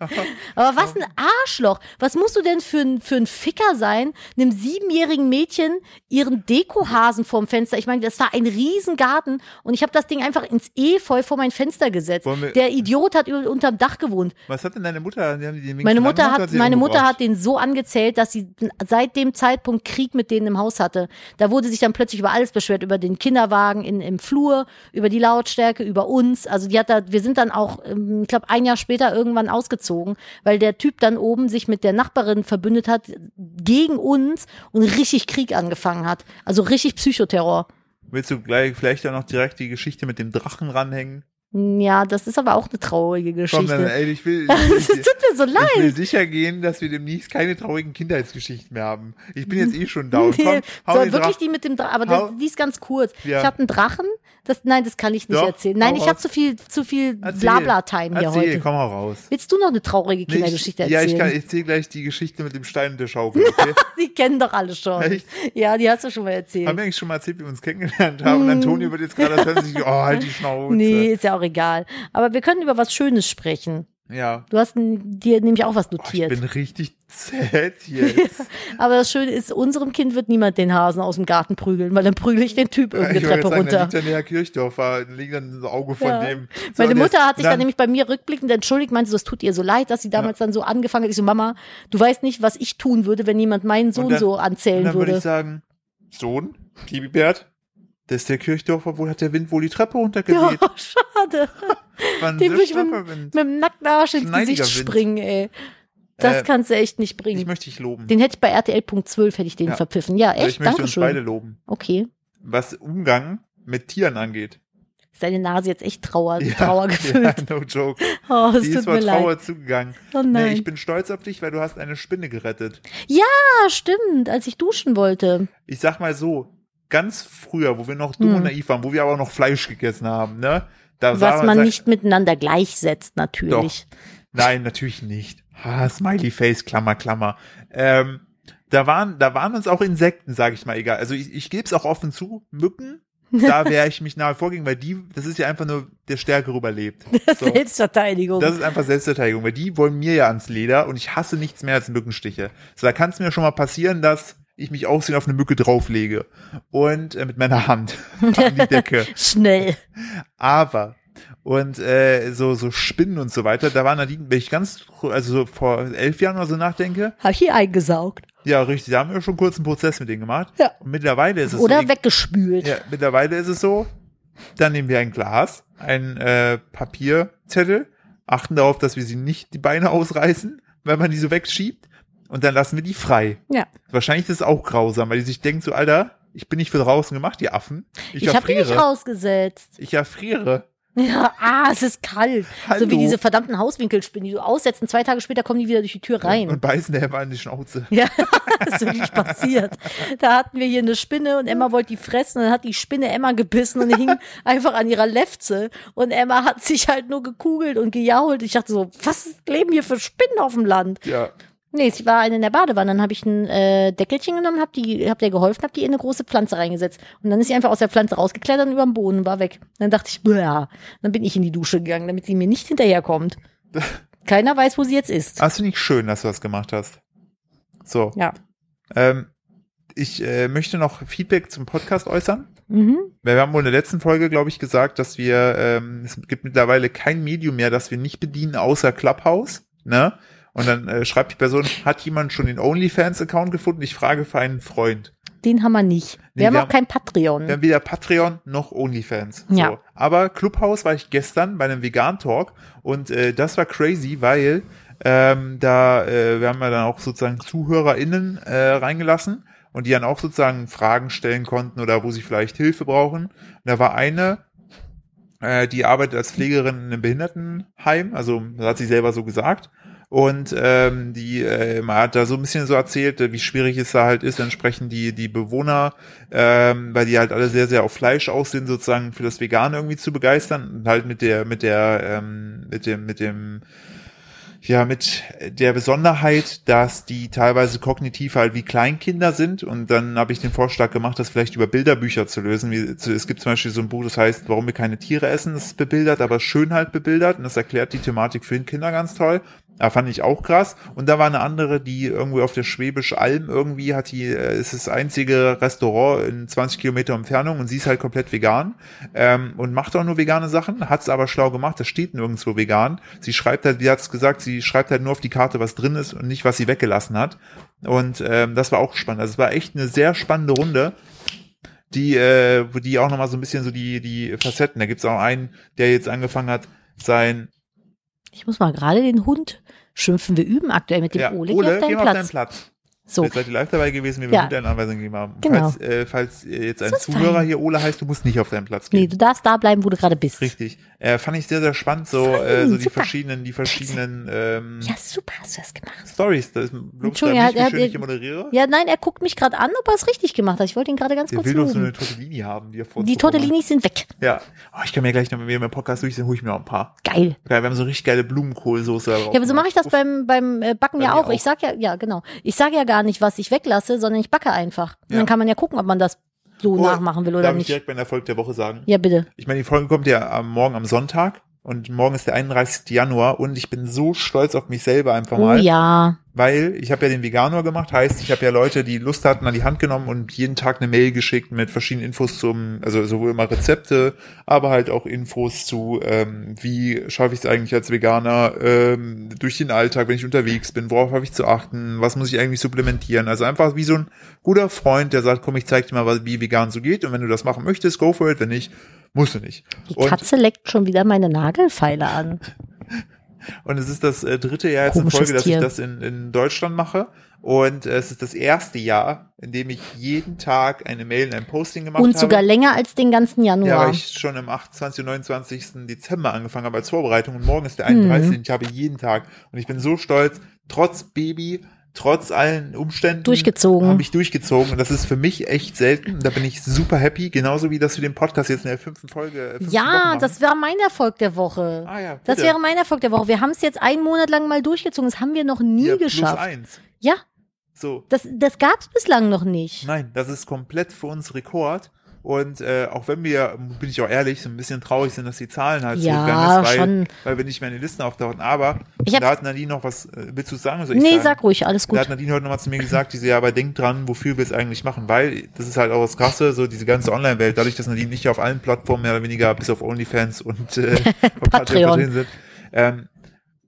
Aber was ein Arschloch. Was musst du denn für ein, für ein Ficker sein, einem siebenjährigen Mädchen ihren Dekohasen vorm Fenster? Ich meine, das war ein Riesengarten und ich habe das Ding einfach ins Efeu vor mein Fenster gesetzt. Wollen wir- Der Idiot hat über- unterm Dach gewohnt. Was hat denn deine Mutter? Die haben die den Wink Meine zusammen Mutter gemacht, oder hat, sie meine Mutter umgebracht? hat den so angezählt, dass sie seit dem Zeitpunkt Krieg mit denen im Haus hatte. Da wurde sich dann plötzlich über alles beschwert, über den Kinderwagen in, im Flur, über die Lautstärke, über uns. Also die hat da, wir sind dann auch, ähm, ich glaube, ein Jahr später irgendwann ausgezogen, weil der Typ dann oben sich mit der Nachbarin verbündet hat gegen uns und richtig Krieg angefangen hat. Also richtig Psychoterror. Willst du gleich vielleicht auch noch direkt die Geschichte mit dem Drachen ranhängen? Ja, das ist aber auch eine traurige Komm, dann, Geschichte. ey, ich will. Es Ich, tut mir so leid. ich will sicher gehen, dass wir demnächst keine traurigen Kindheitsgeschichten mehr haben. Ich bin jetzt eh schon down. Komm, Nee, hau so, den wirklich Drachen. die mit dem Drachen, aber Hau- das, die ist ganz kurz. Ja. Ich habe einen Drachen. Das, nein, das kann ich nicht Doch, erzählen. Nein, hau ich habe raus. zu viel, zu viel Erzähl. Blabla-Time hier Erzähl, heute. komm mal raus. Willst du noch eine Nee, traurige ich- Kindergeschichte ja, erzählen? ich, kann, ich erzähl gleich die Geschichte mit dem Stein und der Schaukel. Okay? Die kennen doch alle schon. Echt? Ja, die hast du schon mal haben erzählt. wir eigentlich schon mal erzählt, wie wir uns kennengelernt haben? Und Antonio wird jetzt gerade das hören und sich, oh, halt die Schnauze. Hm. Nee, ist ja auch egal. Aber wir können über was Schönes sprechen. Ja. Du hast n- dir nämlich auch was Oh, ich notiert. bin richtig zäh jetzt. aber das Schöne ist, unserem Kind wird niemand den Hasen aus dem Garten prügeln, weil dann prügel ich den Typ irgendeine ich wollte Treppe sagen, Da runter. liegt ja näher Kirchdorfer, da liegt dann das Auge von Ja. dem. So, Meine und Mutter jetzt- hat sich dann, nämlich bei mir rückblickend entschuldigt, meinte so, es tut ihr so leid, dass sie damals dann so angefangen hat. Ich so, Mama, du weißt nicht, was ich tun würde, wenn jemand meinen Sohn Und dann- so Und anzählen dann würde ich würde. sagen, Sohn, Bibibert, das ist der Kirchdorfer, wo hat der Wind wohl die Treppe runtergeweht? Oh, schade. Wann Den ist will ich mit, Stoffer mit Wind? dem nackten Arsch ins Schneidiger Gesicht Wind. springen, ey. Das Äh, kannst du echt nicht Ich bringen. möchte dich loben. Den hätte ich bei RTL.12 hätte ich den Ja. verpfiffen. Ja, Oder echt, ich möchte uns beide Dankeschön. loben. Okay. Was Umgang mit Tieren angeht. ist deine Nase jetzt echt Trauer, Ja, Also Trauer ja, gefüllt. no joke. Oh, es Die tut ist mir vor Trauer leid. zugegangen. Oh Nee, nein. ich bin stolz auf dich, weil du hast eine Spinne gerettet. Ah, stimmt, als ich duschen wollte. Ich sag mal so, ganz früher, wo wir noch dumm Hm. und naiv waren, wo wir aber auch noch Fleisch gegessen haben, ne? Da sah Was man sag- nicht miteinander gleichsetzt, natürlich. Nein, natürlich nicht. Ha, Smiley Face, Klammer, Klammer. Ähm, da waren, da waren uns auch Insekten, sage ich mal, egal. Also ich, ich gebe es auch offen zu, Mücken, da wäre ich mich nahe vorgehen, weil die, das ist ja einfach nur der Stärkere überlebt. So. Selbstverteidigung. Das ist einfach Selbstverteidigung, weil die wollen mir ja ans Leder und ich hasse nichts mehr als Mückenstiche. So, da kann es mir schon mal passieren, dass ich mich aussehen auf eine Mücke drauflege und äh, mit meiner Hand an die Decke. Schnell. Aber und äh, so so Spinnen und so weiter, da waren da die, wenn ich ganz also so vor elf Jahren oder so nachdenke, Hab ich hier eingesaugt. ja richtig, da haben wir schon kurz einen Prozess mit denen gemacht. Ja. Und mittlerweile ist es Oder so, weggespült. ja, mittlerweile ist es so, dann nehmen wir ein Glas, ein äh, Papierzettel, achten darauf, dass wir sie nicht die Beine ausreißen, wenn man die so wegschiebt, und dann lassen wir die frei. Ja. Wahrscheinlich ist es auch grausam, weil die sich denken so, Alter, ich bin nicht für draußen gemacht, ihr Affen. Ich, Ich, hab die nicht erfriere. rausgesetzt. Ich erfriere. Ja, ah, es ist kalt. So Hallo. wie diese verdammten Hauswinkelspinnen, die du aussetzt und zwei Tage später kommen die wieder durch die Tür rein. Und beißen der Emma in die Schnauze. Ja, das ist wirklich passiert. Da hatten wir hier eine Spinne und Emma wollte die fressen und dann hat die Spinne Emma gebissen und hing einfach an ihrer Lefze und Emma hat sich halt nur gekugelt und gejault. Ich dachte so, was leben hier für Spinnen auf dem Land? Ja. Nee, ich war eine in der Badewanne, dann habe ich ein äh, Deckelchen genommen, hab die hab der geholfen, hab die in eine große Pflanze reingesetzt und dann ist sie einfach aus der Pflanze rausgeklettert und über den Boden und war weg. Und dann dachte ich, ja, dann bin ich in die Dusche gegangen, damit sie mir nicht hinterherkommt. Keiner weiß, wo sie jetzt ist. Aber das finde ich schön, dass du das gemacht hast. So. Ja. Ähm, ich äh, möchte noch Feedback zum Podcast äußern. Mhm. Weil Wir haben wohl in der letzten Folge, glaube ich, gesagt, dass wir, ähm, es gibt mittlerweile kein Medium mehr, das wir nicht bedienen, außer Clubhouse. Ne? Und dann äh, schreibt die Person, hat jemand schon den OnlyFans-Account gefunden? Ich frage für einen Freund. Den haben wir nicht. Nee, Wir haben wir auch haben- kein Patreon. Wir haben weder Patreon noch OnlyFans. Ja. So. Aber Clubhouse war ich gestern bei einem Vegan-Talk und äh, das war crazy, weil ähm, da, äh, wir haben ja dann auch sozusagen ZuhörerInnen äh, reingelassen und die dann auch sozusagen Fragen stellen konnten oder wo sie vielleicht Hilfe brauchen. Und da war eine, äh, die arbeitet als Pflegerin in einem Behindertenheim, also das hat sie selber so gesagt. Und ähm, die äh, man hat da so ein bisschen so erzählt, äh, wie schwierig es da halt ist, entsprechend die, die Bewohner, ähm, weil die halt alle sehr, sehr auf Fleisch aus sind, sozusagen für das Vegane irgendwie zu begeistern. Und halt mit der, mit der, ähm, mit dem, mit dem ja, mit der Besonderheit, dass die teilweise kognitiv halt wie Kleinkinder sind. Und dann habe ich den Vorschlag gemacht, das vielleicht über Bilderbücher zu lösen. Wie, zu, es gibt zum Beispiel so ein Buch, das heißt, warum wir keine Tiere essen, das ist bebildert, aber Schönheit bebildert. Und das erklärt die Thematik für den Kinder ganz toll. Da Ah, fand ich auch krass. Und da war eine andere, die irgendwie auf der Schwäbisch Alm irgendwie hat die, äh, ist das einzige Restaurant in 20 Kilometer Entfernung und sie ist halt komplett vegan ähm, und macht auch nur vegane Sachen, hat es aber schlau gemacht, das steht nirgendwo vegan. Sie schreibt halt, wie hat's gesagt, sie schreibt halt nur auf die Karte, was drin ist und nicht, was sie weggelassen hat. Und ähm, das war auch spannend. Also es war echt eine sehr spannende Runde die, äh, wo die auch nochmal so ein bisschen so die, die Facetten. Da gibt's auch einen, der jetzt angefangen hat, sein Ich muss mal gerade den Hund schimpfen. Wir üben aktuell mit dem ja, Ole, geh auf geh deinen mal auf deinen Platz. Platz. So, Jetzt seid ihr live dabei gewesen, wie wir Ja. mit deinen Anweisungen gegeben haben. Genau. Falls, äh, falls äh, jetzt ein Das ist Zuhörer fein. hier Ole heißt, du musst nicht auf deinen Platz gehen. nee, du darfst da bleiben, wo du gerade bist. Richtig. Äh, fand ich sehr, sehr spannend, so, äh, Fein, so die super. verschiedenen, die verschiedenen ähm, Ja, super, hast du das gemacht. Stories. Das lobst du Entschuldigung, an mich, er hat- wie er hat schön ich ihr- hier moderiere. Ja, nein, er guckt mich gerade an, ob er es richtig gemacht hat. Ich wollte ihn gerade ganz Der kurz will doch so eine loben. Tortellini haben, die er Die ne? Tortellinis sind weg. Ja. Oh, ich kann mir gleich noch, wenn wir im Podcast durch sind, hole ich mir noch ein paar. Geil. Geil, wir haben so richtig geile Blumenkohlsoße da drauf. Ja, aber so mache ich das beim, beim äh, Backen Bei ja mir auch. Ich auch. sag ja, ja, genau. Ich sage ja gar nicht, was ich weglasse, sondern ich backe einfach. Und Ja. dann kann man ja gucken, ob man das so Oh, nachmachen will oder Darf ich nicht. direkt meinen Erfolg der Woche sagen? Ja, bitte. Ich meine, die Folge kommt ja am Morgen am Sonntag und morgen ist der 31. Januar und ich bin so stolz auf mich selber einfach Oh mal, ja. weil ich habe ja den Veganor gemacht, heißt, ich habe ja Leute, die Lust hatten, an die Hand genommen und jeden Tag eine Mail geschickt mit verschiedenen Infos zum, also sowohl immer Rezepte, aber halt auch Infos zu, ähm, wie schaffe ich es eigentlich als Veganer ähm, durch den Alltag, wenn ich unterwegs bin, worauf habe ich zu achten, was muss ich eigentlich supplementieren, also einfach wie so ein guter Freund, der sagt, komm, ich zeig dir mal, was- wie vegan so geht und wenn du das machen möchtest, go for it, wenn nicht, musst du nicht. Die Und- Katze leckt schon wieder meine Nagelfeile an. Und es ist das äh, dritte Jahr jetzt in Komisches Folge, dass ich Tier. das in, in Deutschland mache. Und äh, es ist das erste Jahr, in dem ich jeden Tag eine Mail und ein Posting gemacht Und habe. sogar länger als den ganzen Ja, Januar. weil ich schon am 28. und 29. Dezember angefangen habe als Vorbereitung und morgen Hm. ist der 31. Ich habe jeden Tag und ich bin so stolz, trotz Baby, trotz allen Umständen. Durchgezogen. Habe ich durchgezogen und das ist für mich echt selten. Und Da bin ich super happy, genauso wie, dass wir den Podcast jetzt in der fünften Folge. Äh, fünften Woche ja, machen. das war mein Erfolg der Woche. Ah ja, das bitte. wäre mein Erfolg der Woche. Wir haben es jetzt einen Monat lang mal durchgezogen. Das haben wir noch nie Ja, plus geschafft. eins. Ja, So, das, das gab es bislang noch nicht. Nein, das ist komplett für uns Rekord. Und äh, auch wenn wir, bin ich auch ehrlich, so ein bisschen traurig sind, dass die Zahlen halt Ja, zurückgegangen ist, weil, schon. weil wir nicht mehr in den Listen auftauchen. Aber Ich hab- da hat Nadine noch was, äh, willst du sagen? Soll ich nee, sagen? sag ruhig, alles Da hat gut. Nadine heute nochmal zu mir gesagt, diese, ja, aber denk dran, wofür wir es eigentlich machen, weil das ist halt auch das Krasse, so diese ganze Online-Welt, dadurch, dass Nadine nicht auf allen Plattformen mehr oder weniger, bis auf OnlyFans und äh, und Patreon. vertreten sind, ähm,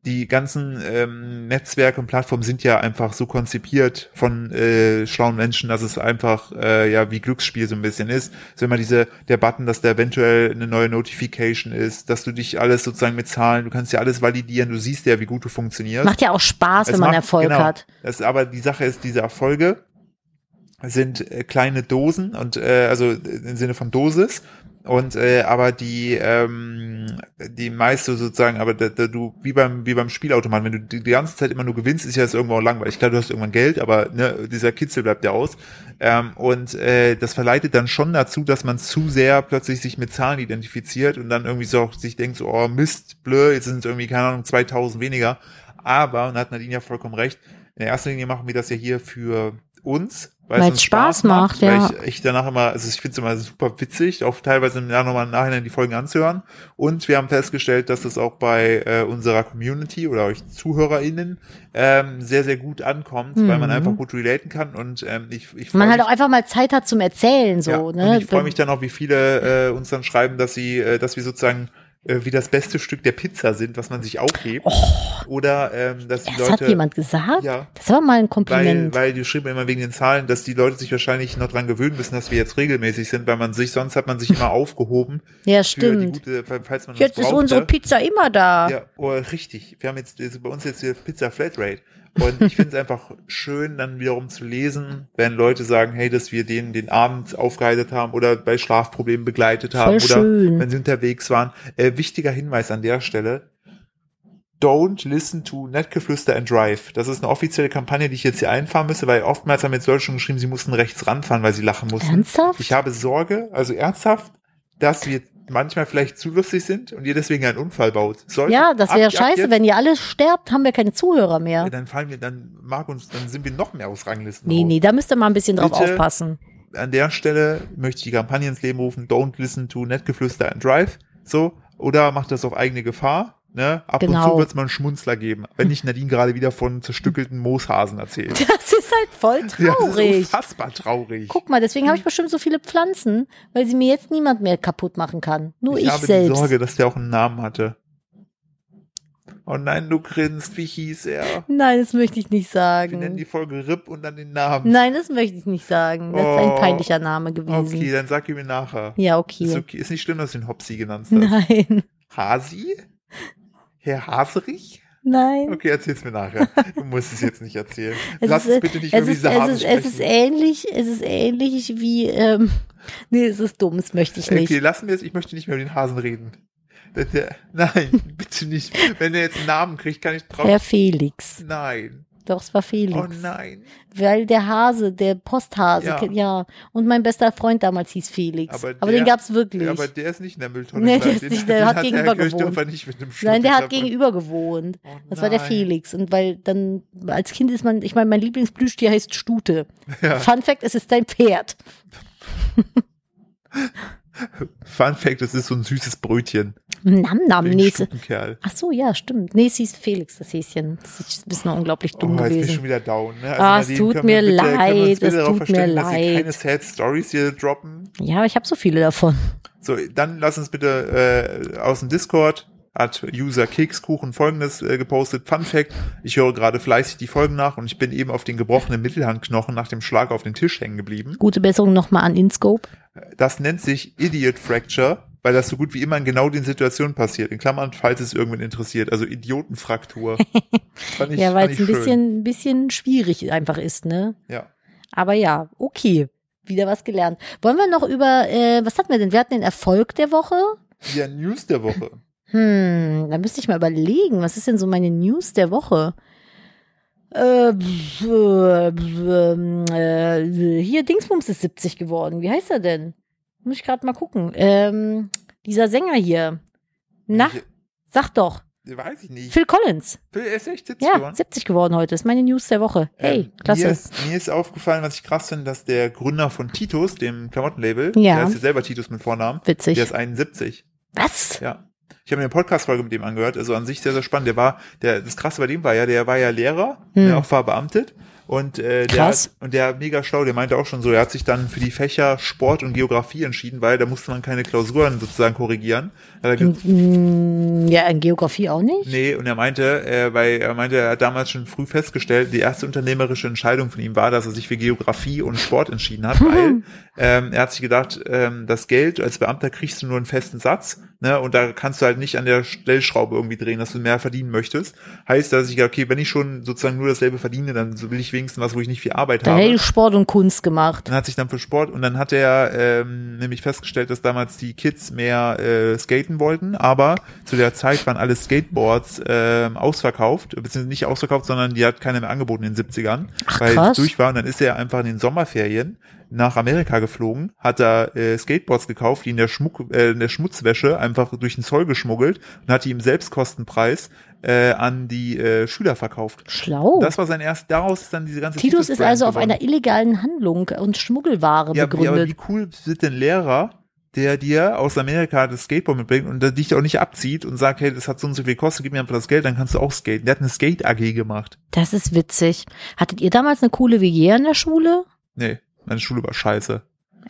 die ganzen ähm, Netzwerke und Plattformen sind ja einfach so konzipiert von äh, schlauen Menschen, dass es einfach äh, ja wie Glücksspiel so ein bisschen ist. Also immer diese der Button, dass da eventuell eine neue Notification ist, dass du dich alles sozusagen mit Zahlen, du kannst ja alles validieren, du siehst ja, wie gut du funktionierst. Macht ja auch Spaß, Es wenn man macht- Erfolg genau. hat. Das, aber die Sache ist, diese Erfolge sind äh, kleine Dosen und äh, also im Sinne von Dosis. Und äh, aber die ähm, die meiste sozusagen, aber da, da, du wie beim wie beim Spielautomaten, wenn du die, die ganze Zeit immer nur gewinnst, ist ja das irgendwo auch langweilig. Klar, du hast irgendwann Geld, aber ne, dieser Kitzel bleibt ja aus. Ähm, und äh, das verleitet dann schon dazu, dass man zu sehr plötzlich sich mit Zahlen identifiziert und dann irgendwie so auch sich denkt, so, oh Mist, blö, jetzt sind es irgendwie, keine Ahnung, 2000 weniger. Aber, und da hat Nadine ja vollkommen recht, in erster Linie machen wir das ja hier für uns, weil Weil's es uns Spaß Spaß, macht, macht, ja. weil ich, ich danach immer, also ich finde es immer super witzig, auch teilweise im Jahr nochmal im Nachhinein die Folgen anzuhören. Und wir haben festgestellt, dass das auch bei äh, unserer Community oder euch ZuhörerInnen ähm, sehr, sehr gut ankommt, weil man Mhm. einfach gut relaten kann und ähm, ich, ich Man freu halt mich- auch einfach mal Zeit hat zum Erzählen, so, ja, ne? Und ich freue mich dann auch, wie viele äh, uns dann schreiben, dass sie, äh, dass wir sozusagen äh, wie das beste Stück der Pizza sind, was man sich aufhebt. Oder ähm, dass die Oh. das Leute. hat jemand gesagt? Ja. Das war mal ein Weil, Kompliment. weil du schrieben immer wegen den Zahlen, dass die Leute sich wahrscheinlich noch dran gewöhnen müssen, dass wir jetzt regelmäßig sind, weil man sich, sonst hat man sich immer aufgehoben. Für ja, die stimmt. gute, falls man uns Jetzt ist brauchte. unsere Pizza immer da. Ja, oh, richtig. Wir haben jetzt jetzt bei uns jetzt hier Pizza Flatrate. Und ich finde es einfach schön, dann wiederum zu lesen, wenn Leute sagen, hey, dass wir denen den Abend aufgeheitert haben oder bei Schlafproblemen begleitet haben Voll oder schön. wenn sie unterwegs waren. Äh, wichtiger Hinweis an der Stelle. Don't listen to Nettgeflüster and Drive. Das ist eine offizielle Kampagne, die ich jetzt hier einfahren müsste, weil oftmals haben jetzt Leute schon geschrieben, sie mussten rechts ranfahren, weil sie lachen mussten. Ernsthaft? Ich habe Sorge, also ernsthaft, dass wir manchmal vielleicht zu lustig sind und ihr deswegen einen Unfall baut. Soll- ja, das ab- wäre ab scheiße. jetzt- Wenn ihr alle sterbt, haben wir keine Zuhörer mehr. Ja, dann fallen wir, dann mag uns, dann sind wir noch mehr aus Ranglisten. nee, raus. nee, da müsst ihr mal ein bisschen drauf Bitte. aufpassen. An der Stelle möchte ich die Kampagne ins Leben rufen, don't listen to Nettgeflüster and Drive. So, oder macht das auf eigene Gefahr. Ne? Ab und Genau. zu wird es mal einen Schmunzler geben, wenn nicht Nadine gerade wieder von zerstückelten Mooshasen erzählt. Das ist halt voll Ja, das traurig. ist unfassbar traurig. Guck mal, deswegen habe ich bestimmt so viele Pflanzen, weil sie mir jetzt niemand mehr kaputt machen kann. Nur ich, ich habe selbst. die Sorge, dass der auch einen Namen hatte. Oh nein, du grinst, wie hieß er? Nein, das möchte ich nicht Wir nennen sagen. die Folge RIP und dann den Namen. Nein, das möchte ich nicht sagen. Das ist Oh. ein peinlicher Name gewesen. Okay, dann sag ihn mir nachher. Ja, okay. Ist, okay. ist nicht schlimm, dass du ihn Hopsi genannt hast. Nein, Hasi? Herr Haserich? nein. Okay, erzähl's mir nachher. Du musst es jetzt nicht erzählen. Es Lass ist, es bitte nicht es über ist, diese es Hasen ist, es ist sprechen. ähnlich, es ist ähnlich wie, ähm, nee, es ist dumm, das möchte ich nicht. Okay, lassen wir es. Ich möchte nicht mehr über den Hasen reden. Der, der, nein, bitte nicht. Wenn er jetzt einen Namen kriegt, kann ich drauf. Herr Felix. Nein. Doch, es war Felix. Oh nein. Weil der Hase, der Posthase, Ja. ja. Und mein bester Freund damals hieß Felix. Aber Aber, der- den gab's wirklich. Ja, aber der ist nicht in der Mülltonne. Nee, der gelandet. ist Den- nicht- der den hat gegenüber Herr Kirchdorfer gewohnt. nicht mit einem Schuh Nein, der hat getroffen. gegenüber gewohnt. Oh Das war der nein. Felix. Und weil dann, als Kind ist man, ich meine, mein Lieblingsblüschtier heißt Stute. Ja. Fun Fact, es ist dein Pferd. Fun Fact, das ist so ein süßes Brötchen. Nam, nam, Wegen nächste. Stutenkerl. Ach so, ja, stimmt. Nee, es hieß Felix, das Häschen. Das ist ein bisschen unglaublich dumm Oh, jetzt bin ich schon gewesen. wieder down. Ne? Ah, es Nadine, tut können wir mir bitte- können wir uns leid, bitte es darauf tut mir verständigen, Dass wir leid. keine Sad Stories hier droppen. Ja, aber ich habe so viele davon. So, dann lass uns bitte äh, aus dem Discord hat User Kekskuchen folgendes äh, gepostet. Fun Fact, ich höre gerade fleißig die Folgen nach und ich bin eben auf den gebrochenen Mittelhandknochen nach dem Schlag auf den Tisch hängen geblieben. Gute Besserung nochmal an Inscope. Das nennt sich Idiot Fracture. weil das so gut wie immer in genau den Situationen passiert. In Klammern, falls es irgendwen interessiert. Also Idiotenfraktur. Fand ich- ja, weil fand ich es ein schön. bisschen, ein bisschen schwierig einfach ist, ne? Ja. Aber ja, okay. Wieder was gelernt. Wollen wir noch über, äh, was hatten wir denn? Wir hatten den Erfolg der Woche. Ja, News der Woche. Hm, da müsste ich mal überlegen, was ist denn so meine News der Woche? Äh, pf, äh, pf, ähm, äh, hier, Dingsbums ist 70 geworden. Wie heißt er denn? Muss ich gerade mal gucken. Ähm, dieser Sänger hier. Na, sag doch. Ich, weiß ich nicht. Phil Collins. Phil ist echt 70 Ja, geworden. 70 geworden heute. Ist meine News der Woche. Hey, Ähm, klasse. Mir ist, mir ist aufgefallen, was ich krass finde, dass der Gründer von Titus, dem Klamottenlabel, Ja. der heißt ja selber Titus mit Vornamen, Witzig. der ist 71. was? Ja. Ich habe mir eine Podcast-Folge mit dem angehört, also an sich sehr, sehr spannend. Der war, der, das Krasse bei dem war ja, der war ja Lehrer, Hm. der auch war beamtet. Und, äh, der, Krass. und der mega schlau, der meinte auch schon so, er hat sich dann für die Fächer Sport und Geografie entschieden, weil da musste man keine Klausuren sozusagen korrigieren. Hat er ge- Mm, Ja, in Geografie auch nicht. Nee, und er meinte, äh, weil er meinte, er hat damals schon früh festgestellt, die erste unternehmerische Entscheidung von ihm war, dass er sich für Geografie und Sport entschieden hat, weil ähm, er hat sich gedacht, ähm, das Geld als Beamter kriegst du nur einen festen Satz, ne, und da kannst du halt nicht an der Stellschraube irgendwie drehen, dass du mehr verdienen möchtest. Heißt, dass ich gedacht, okay, wenn ich schon sozusagen nur dasselbe verdiene, dann so will ich wenigstens was, wo ich nicht viel Arbeit Dann habe. hätte ich Sport und Kunst gemacht. Und hat sich dann für Sport und dann hat er ähm, nämlich festgestellt, dass damals die Kids mehr äh, skaten wollten, aber zu der Zeit waren alle Skateboards ähm, ausverkauft, beziehungsweise nicht ausverkauft, sondern die hat keiner mehr angeboten in den 70ern, Ach, weil krass. es durch war und dann ist er einfach in den Sommerferien nach Amerika geflogen, hat da äh, Skateboards gekauft, die in der, Schmuck, äh, in der Schmutzwäsche einfach durch den Zoll geschmuggelt und hat die im Selbstkostenpreis äh, an die äh, Schüler verkauft. Schlau. Das war sein erst, daraus ist dann diese ganze Oh. Titus ist Brand also auf geworden. einer illegalen Handlung und Schmuggelware Ja, wie, aber begründet. wie cool sind denn Lehrer, der dir aus Amerika das Skateboard mitbringt und der dich auch nicht abzieht und sagt, hey, das hat so und so viel Kosten, gib mir einfach das Geld, dann kannst du auch skaten. Der hat eine Skate AG gemacht. Das ist witzig. Hattet ihr damals eine coole WG an der Schule? Nee, meine Schule war scheiße.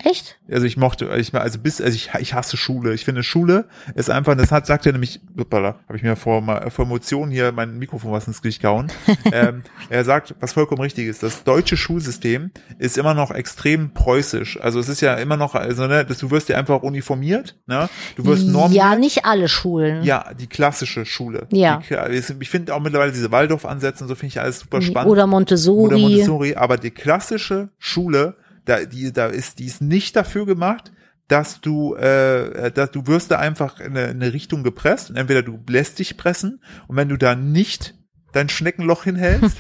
Echt? Also ich mochte, ich also bis, also ich, ich hasse Schule. Ich finde Schule ist einfach, das hat, sagt er nämlich, hoppala, habe ich mir vor, mal- vor Emotionen hier mein Mikrofon was ins Gesicht gehauen. ähm, er sagt, was vollkommen richtig ist, das deutsche Schulsystem ist immer noch extrem preußisch. Also es ist ja immer noch, also ne, das, du wirst ja einfach uniformiert, ne? Du wirst normiert. ja, nicht alle Schulen. Ja, die klassische Schule. Ja. Die, Kla- ich finde auch mittlerweile diese Waldorf-Ansätze und so finde ich alles super spannend. Oder Montessori. Oder Montessori. Aber die klassische Schule, da, die, da ist, die ist nicht dafür gemacht, dass du, äh, dass du wirst da einfach in eine, in eine Richtung gepresst und entweder du lässt dich pressen und wenn du da nicht dein Schneckenloch hinhältst,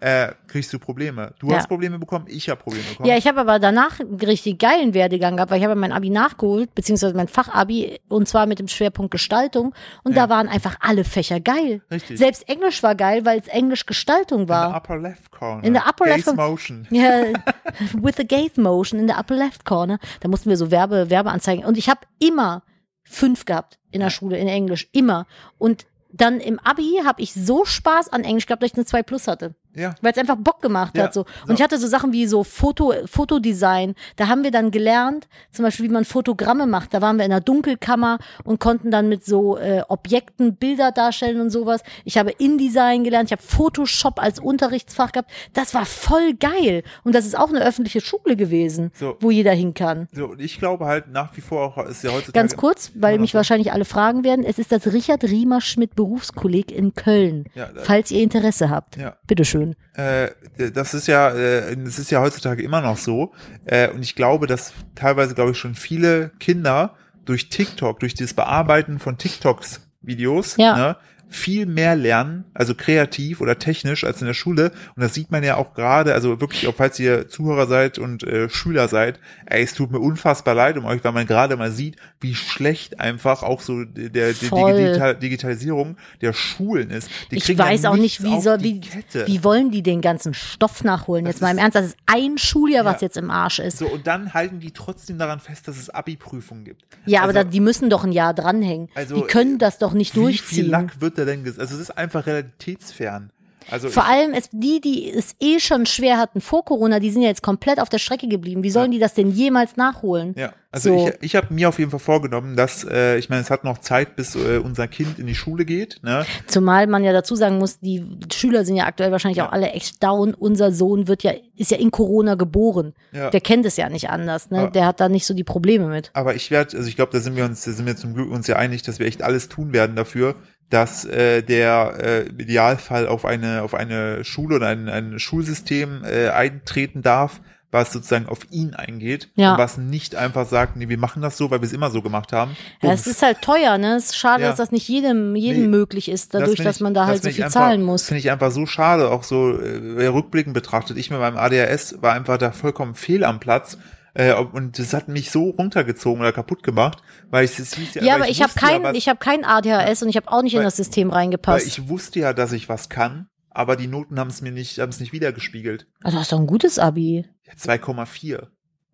äh, kriegst du Probleme. Du Ja. hast Probleme bekommen, ich habe Probleme bekommen. Ja, ich habe aber danach einen richtig geilen Werdegang gehabt, weil ich habe mein Abi nachgeholt, beziehungsweise mein Fachabi, und zwar mit dem Schwerpunkt Gestaltung. Und Ja. da waren einfach alle Fächer geil. Richtig. Selbst Englisch war geil, weil es Englisch Gestaltung in der war. Upper Left Corner. In der Upper Left Gaze Corner. Motion. Ja, with the gate motion in der upper left corner. Da mussten wir so Werbe, Werbeanzeigen. Und ich habe immer fünf gehabt in der Schule, in Englisch. Immer. Und dann im Abi habe ich so Spaß an Englisch gehabt, dass ich eine 2 plus hatte. Ja. Weil es einfach Bock gemacht Ja, hat. So. Und so. ich hatte so Sachen wie so Foto, Fotodesign. Da haben wir dann gelernt, zum Beispiel, wie man Fotogramme macht. Da waren wir in der Dunkelkammer und konnten dann mit so äh, Objekten Bilder darstellen und sowas. Ich habe InDesign gelernt, ich habe Photoshop als Unterrichtsfach gehabt. Das war voll geil. Und das ist auch eine öffentliche Schule gewesen, So. wo jeder hin kann. So, und ich glaube halt nach wie vor auch, ist ja heutzutage. Ganz kurz, weil Immer noch mich so. wahrscheinlich alle fragen werden. Es ist das Richard Riemer Schmidt Berufskolleg in Köln, Ja, da- falls ihr Interesse habt. Ja. Bitteschön. äh, das ist ja, äh, das ist ja heutzutage immer noch so. Äh, und ich glaube, dass teilweise, glaube ich, schon viele Kinder durch TikTok, durch das Bearbeiten von TikToks Videos, Ja. ne, viel mehr lernen, also kreativ oder technisch als in der Schule. Und das sieht man ja auch gerade, also wirklich, auch falls ihr Zuhörer seid und äh, Schüler seid, ey, es tut mir unfassbar leid um euch, weil man gerade mal sieht, wie schlecht einfach auch so der, der die Voll. Digital Digitalisierung der Schulen ist. Die ich kriegen ja weiß auch nicht, nichts wie, auf soll, die wie, Kette. wie wollen die den ganzen Stoff nachholen? Das Jetzt mal im ist- Ernst, das ist ein Schuljahr, was Ja. jetzt im Arsch ist. So, und dann halten die trotzdem daran fest, dass es Abi-Prüfungen gibt. ja, aber also, da, die müssen doch ein Jahr dranhängen. Also, die können das doch nicht Wie viel durchziehen. Lack wird da denn ges Also es ist einfach realitätsfern. Also Vor ich- allem es, die, die es eh schon schwer hatten vor Corona, die sind ja jetzt komplett auf der Strecke geblieben. Wie sollen die das denn jemals nachholen? Ja, also So. ich, ich habe mir auf jeden Fall vorgenommen, dass, äh, ich meine, es hat noch Zeit, bis äh, unser Kind in die Schule geht. Ne? Zumal man ja dazu sagen muss, die Schüler sind ja aktuell wahrscheinlich Ja. auch alle echt down. Unser Sohn wird ja, ist ja in Corona geboren. Ja. Der kennt es ja nicht anders, ne? Ja. Der hat da nicht so die Probleme mit. Aber ich werde, also ich glaube, da sind wir uns, da sind wir zum Glück uns ja einig, dass wir echt alles tun werden dafür, dass äh, der äh, im Idealfall auf eine auf eine Schule oder ein, ein Schulsystem äh, eintreten darf, was sozusagen auf ihn eingeht Ja. und was nicht einfach sagt, nee, wir machen das so, weil wir es immer so gemacht haben. Ja, es ist halt teuer, ne? Es ist schade, Ja. dass das nicht jedem, jedem Nee. möglich ist, dadurch, find dass ich- man da halt so find ich viel einfach- zahlen muss. Finde ich einfach so schade, auch so äh, rückblickend betrachtet. Ich mit meinem ADHS war einfach da vollkommen fehl am Platz. Äh, ob- und das hat mich so runtergezogen oder kaputt gemacht, weil ich es hieß ja, Ja, weil aber ich habe wusste kein, ja, was- ich hab kein ADHS und ich habe auch nicht in Weil- das System weil reingepasst. ich wusste ja, dass ich was kann, aber die Noten haben es mir nicht, haben es nicht wiedergespiegelt. also hast du ein gutes Abi. Ja, 2,4.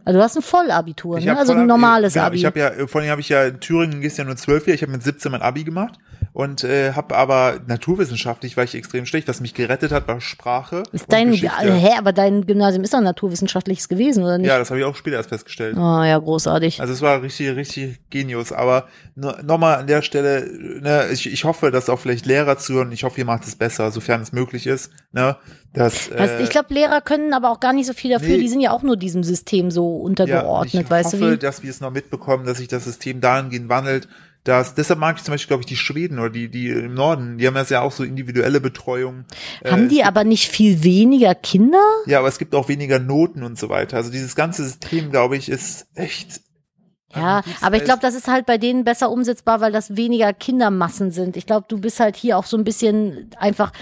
Also du hast ein Vollabitur, Ich ne? hab Also voll- ein normales genau, Abi. Ich habe ja, äh, vor allem habe ich ja in Thüringen gehst ja nur zwölf Jahre, ich habe mit 17 mein Abi gemacht und äh, habe aber naturwissenschaftlich war ich extrem schlecht. Was mich gerettet hat, war Sprache. und ist dein, Geschichte. hä, aber dein Gymnasium ist doch naturwissenschaftliches gewesen, oder nicht? Ja, das habe ich auch später erst festgestellt. Oh ja, großartig. Also es war richtig, richtig genius. Aber nochmal an der Stelle, ne, ich, ich hoffe, dass auch vielleicht Lehrer zuhören. Ich hoffe, ihr macht es besser, sofern es möglich ist. Ne, dass, Weißt, äh, ich glaube, Lehrer können aber auch gar nicht so viel dafür. nee. Die sind ja auch nur diesem System so untergeordnet, ich weißt hoffe, du wie? dass wir es noch mitbekommen, dass sich das System dahingehend wandelt, dass deshalb mag ich zum Beispiel, glaube ich, die Schweden oder die, die im Norden, die haben das ja auch so individuelle Betreuung. äh, Haben die aber nicht viel weniger Kinder? Ja, aber es gibt auch weniger Noten und so weiter. Also dieses ganze System, glaube ich, ist echt. Ja, am aber ich liebsten glaube, das ist halt bei denen besser umsetzbar, weil das weniger Kindermassen sind. Ich glaube, du bist halt hier auch so ein bisschen einfach,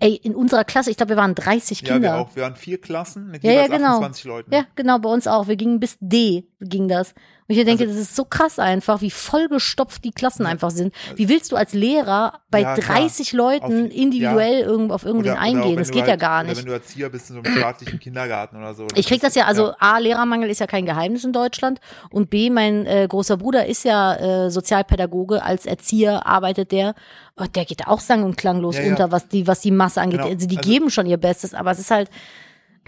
ey, in unserer Klasse, ich glaube, wir waren 30 als- ja, wir Kinder. auch. Wir waren vier Klassen mit Ja, ja, jeweils genau. 28 Leuten. Ja, genau, bei uns auch. Wir gingen bis D, ging das. Und ich denke, Also- das ist so krass einfach, wie vollgestopft die Klassen einfach sind. Wie willst du als Lehrer bei Ja, klar. 30 Leuten Auf- individuell irgend, auf irgendwen auch, eingehen? wenn Das du geht ja halt- gar oder nicht. Wenn du Erzieher bist in so einem staatlichen Kindergarten oder so. Ich krieg das ja, also Ja, A, Lehrermangel ist ja kein Geheimnis in Deutschland und B, mein äh, großer Bruder ist ja äh, Sozialpädagoge, als Erzieher arbeitet der und der geht auch sang- und klanglos Ja, ja. unter, was die, was die Masse angeht. Genau. Also die Also- geben schon ihr Bestes, aber es ist halt,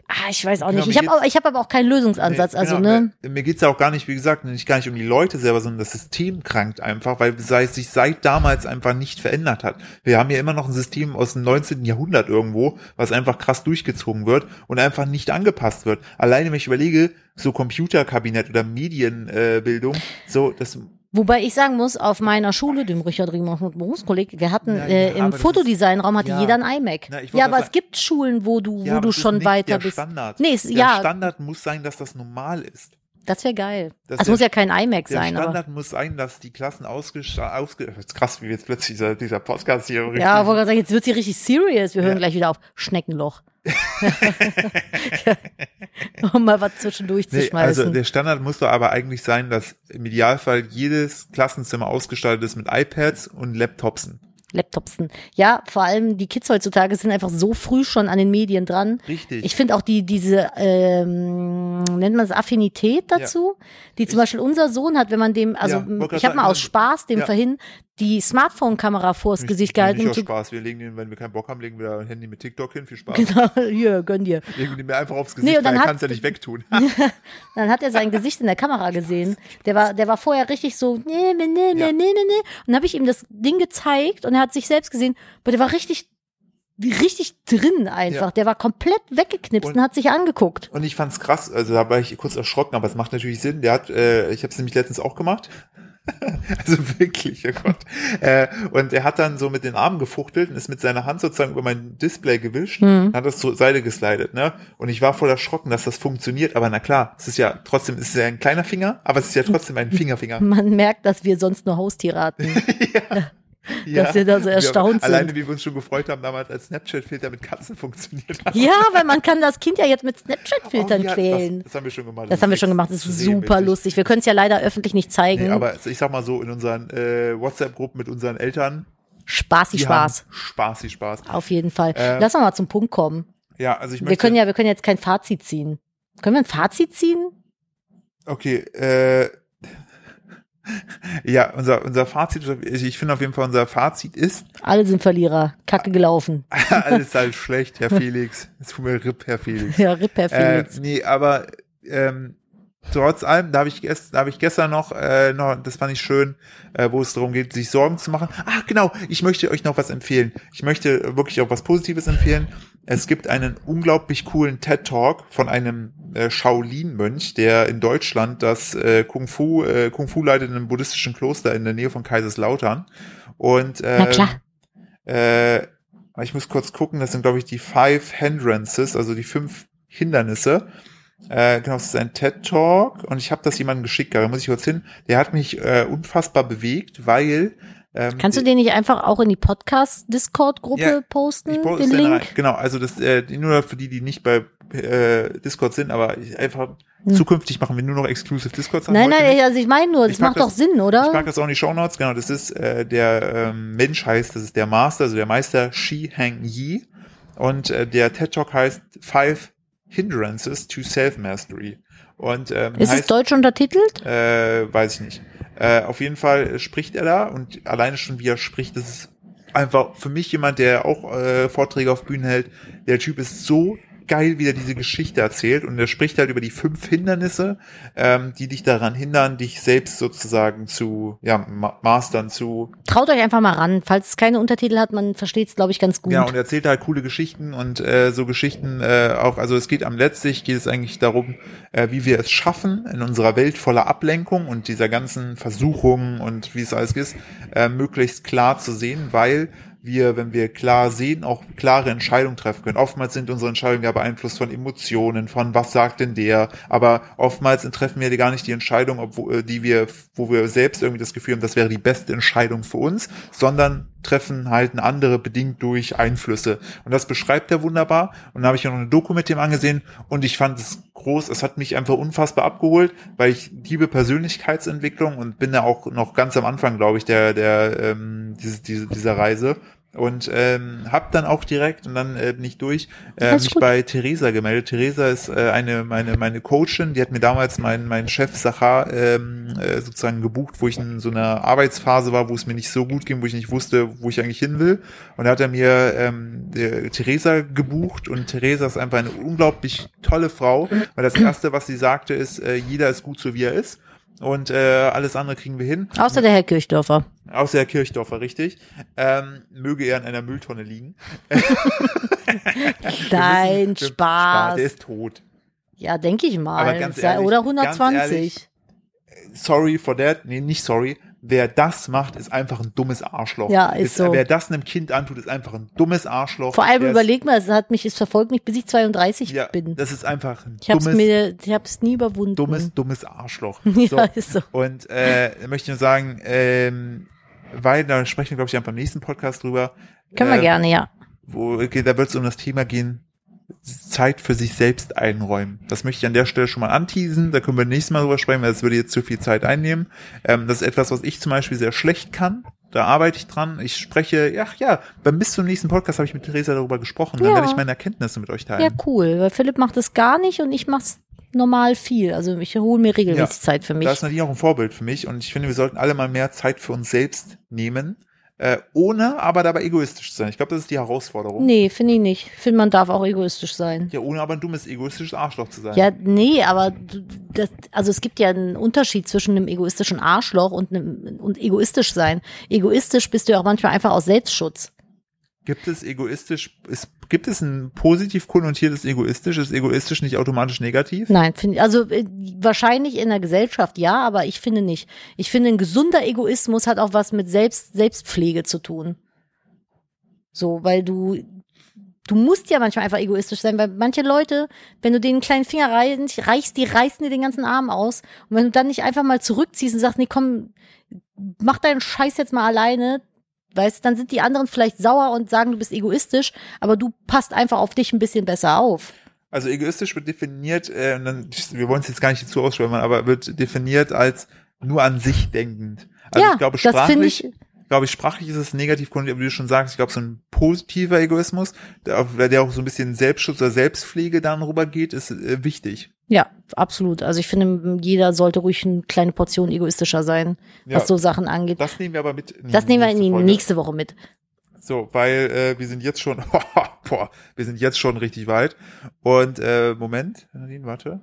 ah, ich weiß auch Genau, nicht. Ich mir habe geht's- hab aber auch keinen Lösungsansatz, Nee, also genau, ne. Mir, mir geht's ja auch gar nicht, wie gesagt, nicht gar nicht um die Leute selber, sondern das System krankt einfach, weil es sei- sich seit damals einfach nicht verändert hat. Wir haben ja immer noch ein System aus dem 19. Jahrhundert irgendwo, was einfach krass durchgezogen wird und einfach nicht angepasst wird. Alleine, wenn ich überlege, so Computerkabinett oder Medienbildung, äh, Bildung, so das Wobei ich sagen muss, auf meiner Schule, dem Richard Riemann und Berufskolleg, wir hatten Ja, äh, ja, im aber das Fotodesignraum hatte ja. jeder ein iMac. Na, ich wollte ja, aber grad es gibt Schulen, wo du, ja, wo aber du das ist schon nicht der weiter bist. Standard. Nee, es- der ja. Standard muss sein, dass das normal ist. Das wäre geil. Das Das es wär- muss ja kein iMac Der sein, aber. Standard muss sein, dass die Klassen ausgesta- ausge... Jetzt krass, wie jetzt plötzlich dieser, dieser Podcast hier richtig... Ja, wollte gerade sagen, jetzt wird sie richtig serious. Wir hören Ja. gleich wieder auf Schneckenloch. um mal was zwischendurch zu Nee, also schmeißen. der Standard muss doch aber eigentlich sein, dass im Idealfall jedes Klassenzimmer ausgestattet ist mit iPads und Laptopsen. Laptopsen. Ja, vor allem die Kids heutzutage sind einfach so früh schon an den Medien dran. Richtig. Ich finde auch die, diese, ähm, nennt man es Affinität dazu, die zum Ich- Beispiel unser Sohn hat, wenn man dem, also Ja, wollte ich grad habe mal sagen, aus Spaß dem ja. vorhin die Smartphone-Kamera vors Nicht- Gesicht gehalten. Nicht und aus so- Spaß. Wir legen den, wenn wir keinen Bock haben, legen wir da ein Handy mit TikTok hin. Viel Spaß. Genau, hier, gönn dir. Legen den mir einfach aufs Nee, Gesicht, und dann weil er hat- kann es ja nicht wegtun. Dann hat er sein Gesicht in der Kamera gesehen. Der war, der war vorher richtig so, nee, nee, nee, nee, Ja. nee, nee. nee. Und dann habe ich ihm das Ding gezeigt und er hat sich selbst gesehen, aber der war richtig, richtig drin einfach. Ja. Der war komplett weggeknipst und, Und- hat sich angeguckt. Und ich fand's krass, also da war ich kurz erschrocken, aber es macht natürlich Sinn. Der hat, äh, ich habe es nämlich letztens auch gemacht. also wirklich, oh Gott. Äh, und er hat dann so mit den Armen gefuchtelt und ist mit seiner Hand sozusagen über mein Display gewischt Mhm. und hat das zur Seite geslidet, ne? Und ich war voll erschrocken, dass das funktioniert, aber na klar, es ist ja trotzdem, es ist ja ein kleiner Finger, aber es ist ja trotzdem ein Fingerfinger. Man merkt, dass wir sonst nur Haustiere hatten. Dass wir da so erstaunt Alleine, sind. wie wir uns schon gefreut haben damals, als Snapchat-Filter mit Katzen funktioniert hat. ja, weil man kann das Kind ja jetzt mit Snapchat-Filtern Oh, ja, quälen. Das, Das, das haben wir schon gemacht. haben wir schon gemacht. Das ist super lustig. lustig. Wir können es ja leider öffentlich nicht zeigen. Nee, aber ich sag mal so, in unseren äh, WhatsApp-Gruppen mit unseren Eltern. Spaßig die Spaß. haben Spaßig Spaß. Auf jeden Fall. Äh, Lass uns mal zum Punkt kommen. Ja, also ich möchte. Wir können ja, wir können jetzt kein Fazit ziehen. Können wir ein Fazit ziehen? Okay, äh, Ja, unser, unser Fazit, ich finde auf jeden Fall, unser Fazit ist, Alle sind Verlierer. Kacke gelaufen. alles halt schlecht, Herr Felix. Es tut mir RIP, Herr Felix. Ja, Rip, Herr Felix. Äh, nee, aber ähm, trotz allem, da habe ich, gest, da hab ich gestern noch, äh, noch, das fand ich schön, äh, wo es darum geht, sich Sorgen zu machen. Ah, genau, ich möchte euch noch was empfehlen. Ich möchte wirklich auch was Positives empfehlen. Es gibt einen unglaublich coolen TED-Talk von einem äh, Shaolin-Mönch, der in Deutschland das äh, Kung Fu, äh, Kung Fu leitet in einem buddhistischen Kloster in der Nähe von Kaiserslautern. Und äh, Na klar. äh, ich muss kurz gucken, das sind, glaube ich, die Five Hindrances, also die fünf Hindernisse. Äh, genau, es ist ein TED-Talk und ich habe das jemandem geschickt, da muss ich kurz hin. Der hat mich äh, unfassbar bewegt, weil ähm, Kannst du den nicht einfach auch in die Podcast-Discord-Gruppe Ja, posten, ich brauche den Link? Genau, also das äh, nur für die, die nicht bei äh, Discord sind, aber ich einfach zukünftig machen wir nur noch exclusive Discord. Hm. Nein, nein, also ich meine nur, das Ich mag macht das- doch Sinn, Ich oder? mag das auch in die Shownotes, genau, das ist äh, der ähm, Mensch heißt, das ist der Master, also der Meister Shi Hang Yi. Und äh, der TED Talk heißt Five Hindrances to Self-Mastery. Und ähm, Ist es heißt, deutsch untertitelt? äh, weiß ich nicht. Äh, auf jeden Fall spricht er da und alleine schon wie er spricht, das ist einfach für mich jemand, der auch äh, Vorträge auf Bühnen hält. Der Typ ist so geil, wie er diese Geschichte erzählt und er spricht halt über die fünf Hindernisse, ähm, die dich daran hindern, dich selbst sozusagen zu ja, ma mastern, zu Traut euch einfach mal ran. Falls es keine Untertitel hat, man versteht es, glaube ich, ganz gut. Ja, und er erzählt halt coole Geschichten und äh, so Geschichten äh, auch, also es geht am letztlich, geht es eigentlich darum, äh, wie wir es schaffen, in unserer Welt voller Ablenkung und dieser ganzen Versuchungen und wie es alles ist, äh, möglichst klar zu sehen, weil wir, wenn wir klar sehen, auch klare Entscheidungen treffen können. Oftmals sind unsere Entscheidungen ja beeinflusst von Emotionen, von was sagt denn der, aber oftmals treffen wir gar nicht die Entscheidung, obwohl, äh, die wir, wo wir selbst irgendwie das Gefühl haben, das wäre die beste Entscheidung für uns, sondern treffen halt eine andere bedingt durch Einflüsse. Und das beschreibt er wunderbar. Und da habe ich ja noch eine Doku mit dem angesehen und ich fand es groß. Es hat mich einfach unfassbar abgeholt, weil ich liebe Persönlichkeitsentwicklung und bin da auch noch ganz am Anfang, glaube ich, der, der, ähm, diese, diese, dieser Reise. Und ähm, hab dann auch direkt und dann äh, bin ich durch äh, Alles mich gut. bei Theresa gemeldet. Theresa ist äh, eine meine meine Coachin, die hat mir damals mein mein Chef Sachar ähm, äh, sozusagen gebucht, wo ich in so einer Arbeitsphase war, wo es mir nicht so gut ging, wo ich nicht wusste, wo ich eigentlich hin will. Und da hat er mir ähm, der Theresa gebucht und Theresa ist einfach eine unglaublich tolle Frau, weil das erste, was sie sagte, ist, äh, jeder ist gut so wie er ist und äh, alles andere kriegen wir hin. Außer der Herr Kirchdörfer. Außer der Kirchdorfer, richtig. Ähm, möge er in einer Mülltonne liegen. Wir Nein, wissen, wir- Spaß. Der ist tot. Ja, denke ich mal. Aber ganz Sei- ehrlich, Oder ganz 120. ehrlich, Sorry for that. Nee, nicht sorry. Wer das macht, ist einfach ein dummes Arschloch. Ja, ist so. Wer das einem Kind antut, ist einfach ein dummes Arschloch. Vor allem Der überleg mal, es hat mich, es verfolgt mich, bis ich 32 ist, ja, bin. Das ist einfach ein Ich hab's dummes, mir, ich hab's nie überwunden. dummes, dummes Arschloch. So. Ja, ist so. Und äh, möchte nur sagen, ähm, weil, da sprechen wir, glaube ich, dann beim nächsten Podcast drüber. Können äh, wir gerne, ja. wo, okay, da wird es um das Thema gehen, Zeit für sich selbst einräumen. Das möchte ich an der Stelle schon mal anteasen, da können wir nächstes Mal drüber sprechen, weil das würde jetzt zu viel Zeit einnehmen. Ähm, das ist etwas, was ich zum Beispiel sehr schlecht kann. Da arbeite ich dran. Ich spreche, ach ja, beim bis zum nächsten Podcast habe ich mit Theresa darüber gesprochen. Dann Ja. werde ich meine Erkenntnisse mit euch teilen. Ja, cool. Weil Philipp macht es gar nicht und ich mach's normal viel. Also ich hole mir regelmäßig Ja, Zeit für mich. Da ist Nadine auch ein Vorbild für mich und ich finde, wir sollten alle mal mehr Zeit für uns selbst nehmen, äh, ohne aber dabei egoistisch zu sein. Ich glaube, das ist die Herausforderung. Nee, finde ich nicht. Ich finde, man darf auch egoistisch sein. Ja, ohne aber ein dummes, egoistisches Arschloch zu sein. Ja, nee, aber du- das, also es gibt ja einen Unterschied zwischen einem egoistischen Arschloch und einem und egoistisch sein. Egoistisch bist du ja auch manchmal einfach aus Selbstschutz. Gibt es egoistisch, ist, gibt es ein positiv konnotiertes egoistisch? Ist egoistisch nicht automatisch negativ? Nein, finde also äh, wahrscheinlich in der Gesellschaft ja, aber ich finde nicht. Ich finde ein gesunder Egoismus hat auch was mit Selbst Selbstpflege zu tun. So, weil du du musst ja manchmal einfach egoistisch sein, weil manche Leute, wenn du denen einen kleinen Finger reichst, reichst, die reißen dir den ganzen Arm aus und wenn du dann nicht einfach mal zurückziehst und sagst, nee, komm, mach deinen Scheiß jetzt mal alleine, weißt, dann sind die anderen vielleicht sauer und sagen, du bist egoistisch, aber du passt einfach auf dich ein bisschen besser auf. Also egoistisch wird definiert, äh, und dann, wir wollen es jetzt gar nicht zu ausschwärmen, aber wird definiert als nur an sich denkend. Also ja, ich glaube, das finde ich sprachlich, glaube ich, sprachlich ist es negativ konnotiert, wie du schon sagst, ich glaube, so ein positiver Egoismus, der, der auch so ein bisschen Selbstschutz oder Selbstpflege dann rübergeht, ist äh, wichtig. Ja, absolut. Also ich finde, jeder sollte ruhig eine kleine Portion egoistischer sein, Ja, was so Sachen angeht. das nehmen wir aber mit. in die Das nehmen wir in die Folge. nächste Woche mit. So, weil äh, wir sind jetzt schon, boah, wir sind jetzt schon richtig weit. Und äh, Moment, Nadine, warte.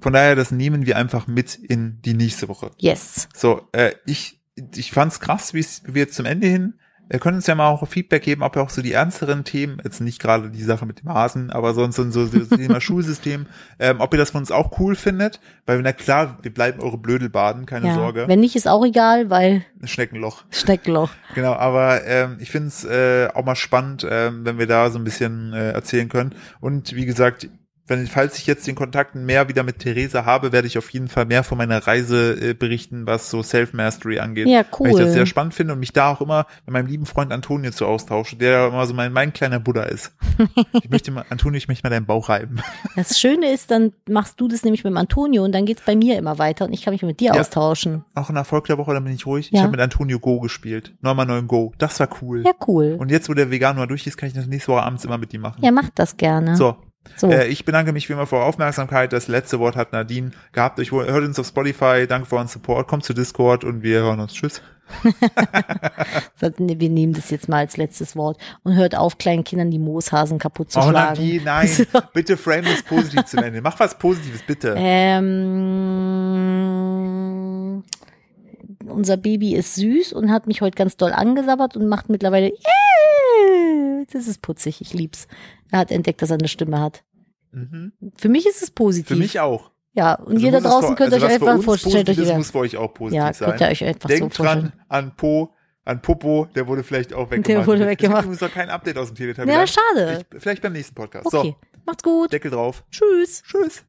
Von daher, das nehmen wir einfach mit in die nächste Woche. Yes. So, äh, ich, ich fand's krass, wie wir zum Ende hin. Wir können uns ja mal auch Feedback geben, ob wir auch so die ernsteren Themen, jetzt nicht gerade die Sache mit dem Hasen, aber sonst so so das Thema Schulsystem, ähm, ob ihr das von uns auch cool findet, weil na klar, wir bleiben eure Blödelbaden, keine ja. Sorge. Wenn nicht, ist auch egal, weil Schneckenloch. Steckloch. Genau, aber ähm, ich finde es äh, auch mal spannend, ähm, wenn wir da so ein bisschen äh, erzählen können. Und wie gesagt, wenn, falls ich jetzt den Kontakt mehr wieder mit Theresa habe, werde ich auf jeden Fall mehr von meiner Reise äh, berichten, was so Self-Mastery angeht. Ja, Weil ich das sehr cool. spannend finde und mich da auch immer mit meinem lieben Freund Antonio zu austausche, der ja immer so mein, mein kleiner Buddha ist. Ich möchte mal, Antonio, ich möchte mal deinen Bauch reiben. Das Schöne ist, dann machst du das nämlich mit dem Antonio und dann geht's bei mir immer weiter und ich kann mich mit dir Ja. austauschen. Auch in der Erfolg der Woche, dann bin ich ruhig. Ich Ja. habe mit Antonio Go gespielt. 9x9 Go. Das war cool. Ja, cool. Und jetzt, wo der Veganer durch ist, kann ich das nächste Woche abends immer mit ihm machen. Ja, macht das gerne. So, So. Äh, ich bedanke mich wie immer für eure Aufmerksamkeit. Das letzte Wort hat Nadine gehabt. Ich hol- hört uns auf Spotify. Danke für euren Support. Kommt zu Discord und wir hören uns. Tschüss. Wir nehmen das jetzt mal als letztes Wort und hört auf, kleinen Kindern die Mooshasen kaputt zu Oh schlagen. Nadine, nein. Bitte frame das positiv zu Ende. Mach was Positives, bitte. Äh, Ähm, unser Baby ist süß und hat mich heute ganz doll angesabbert und macht mittlerweile. "Äh." Das ist putzig, ich lieb's. Er hat entdeckt, dass er eine Stimme hat. Mhm. Für mich ist es positiv. Für mich auch. Ja, und Also ihr da muss es draußen für- könnt also euch was für einfach uns vorstellen, positiv euch ist, wieder, muss für euch auch positiv ja, könnt ihr sein. euch einfach Denkt so dran vorstellen. an Po. An Popo, der wurde vielleicht auch weggemacht. wurde Es gibt weggemacht. übrigens noch kein Update aus dem Teletext. Ja, schade. Vielleicht beim nächsten Podcast. Okay, macht's gut. So, Deckel drauf. Tschüss. Tschüss.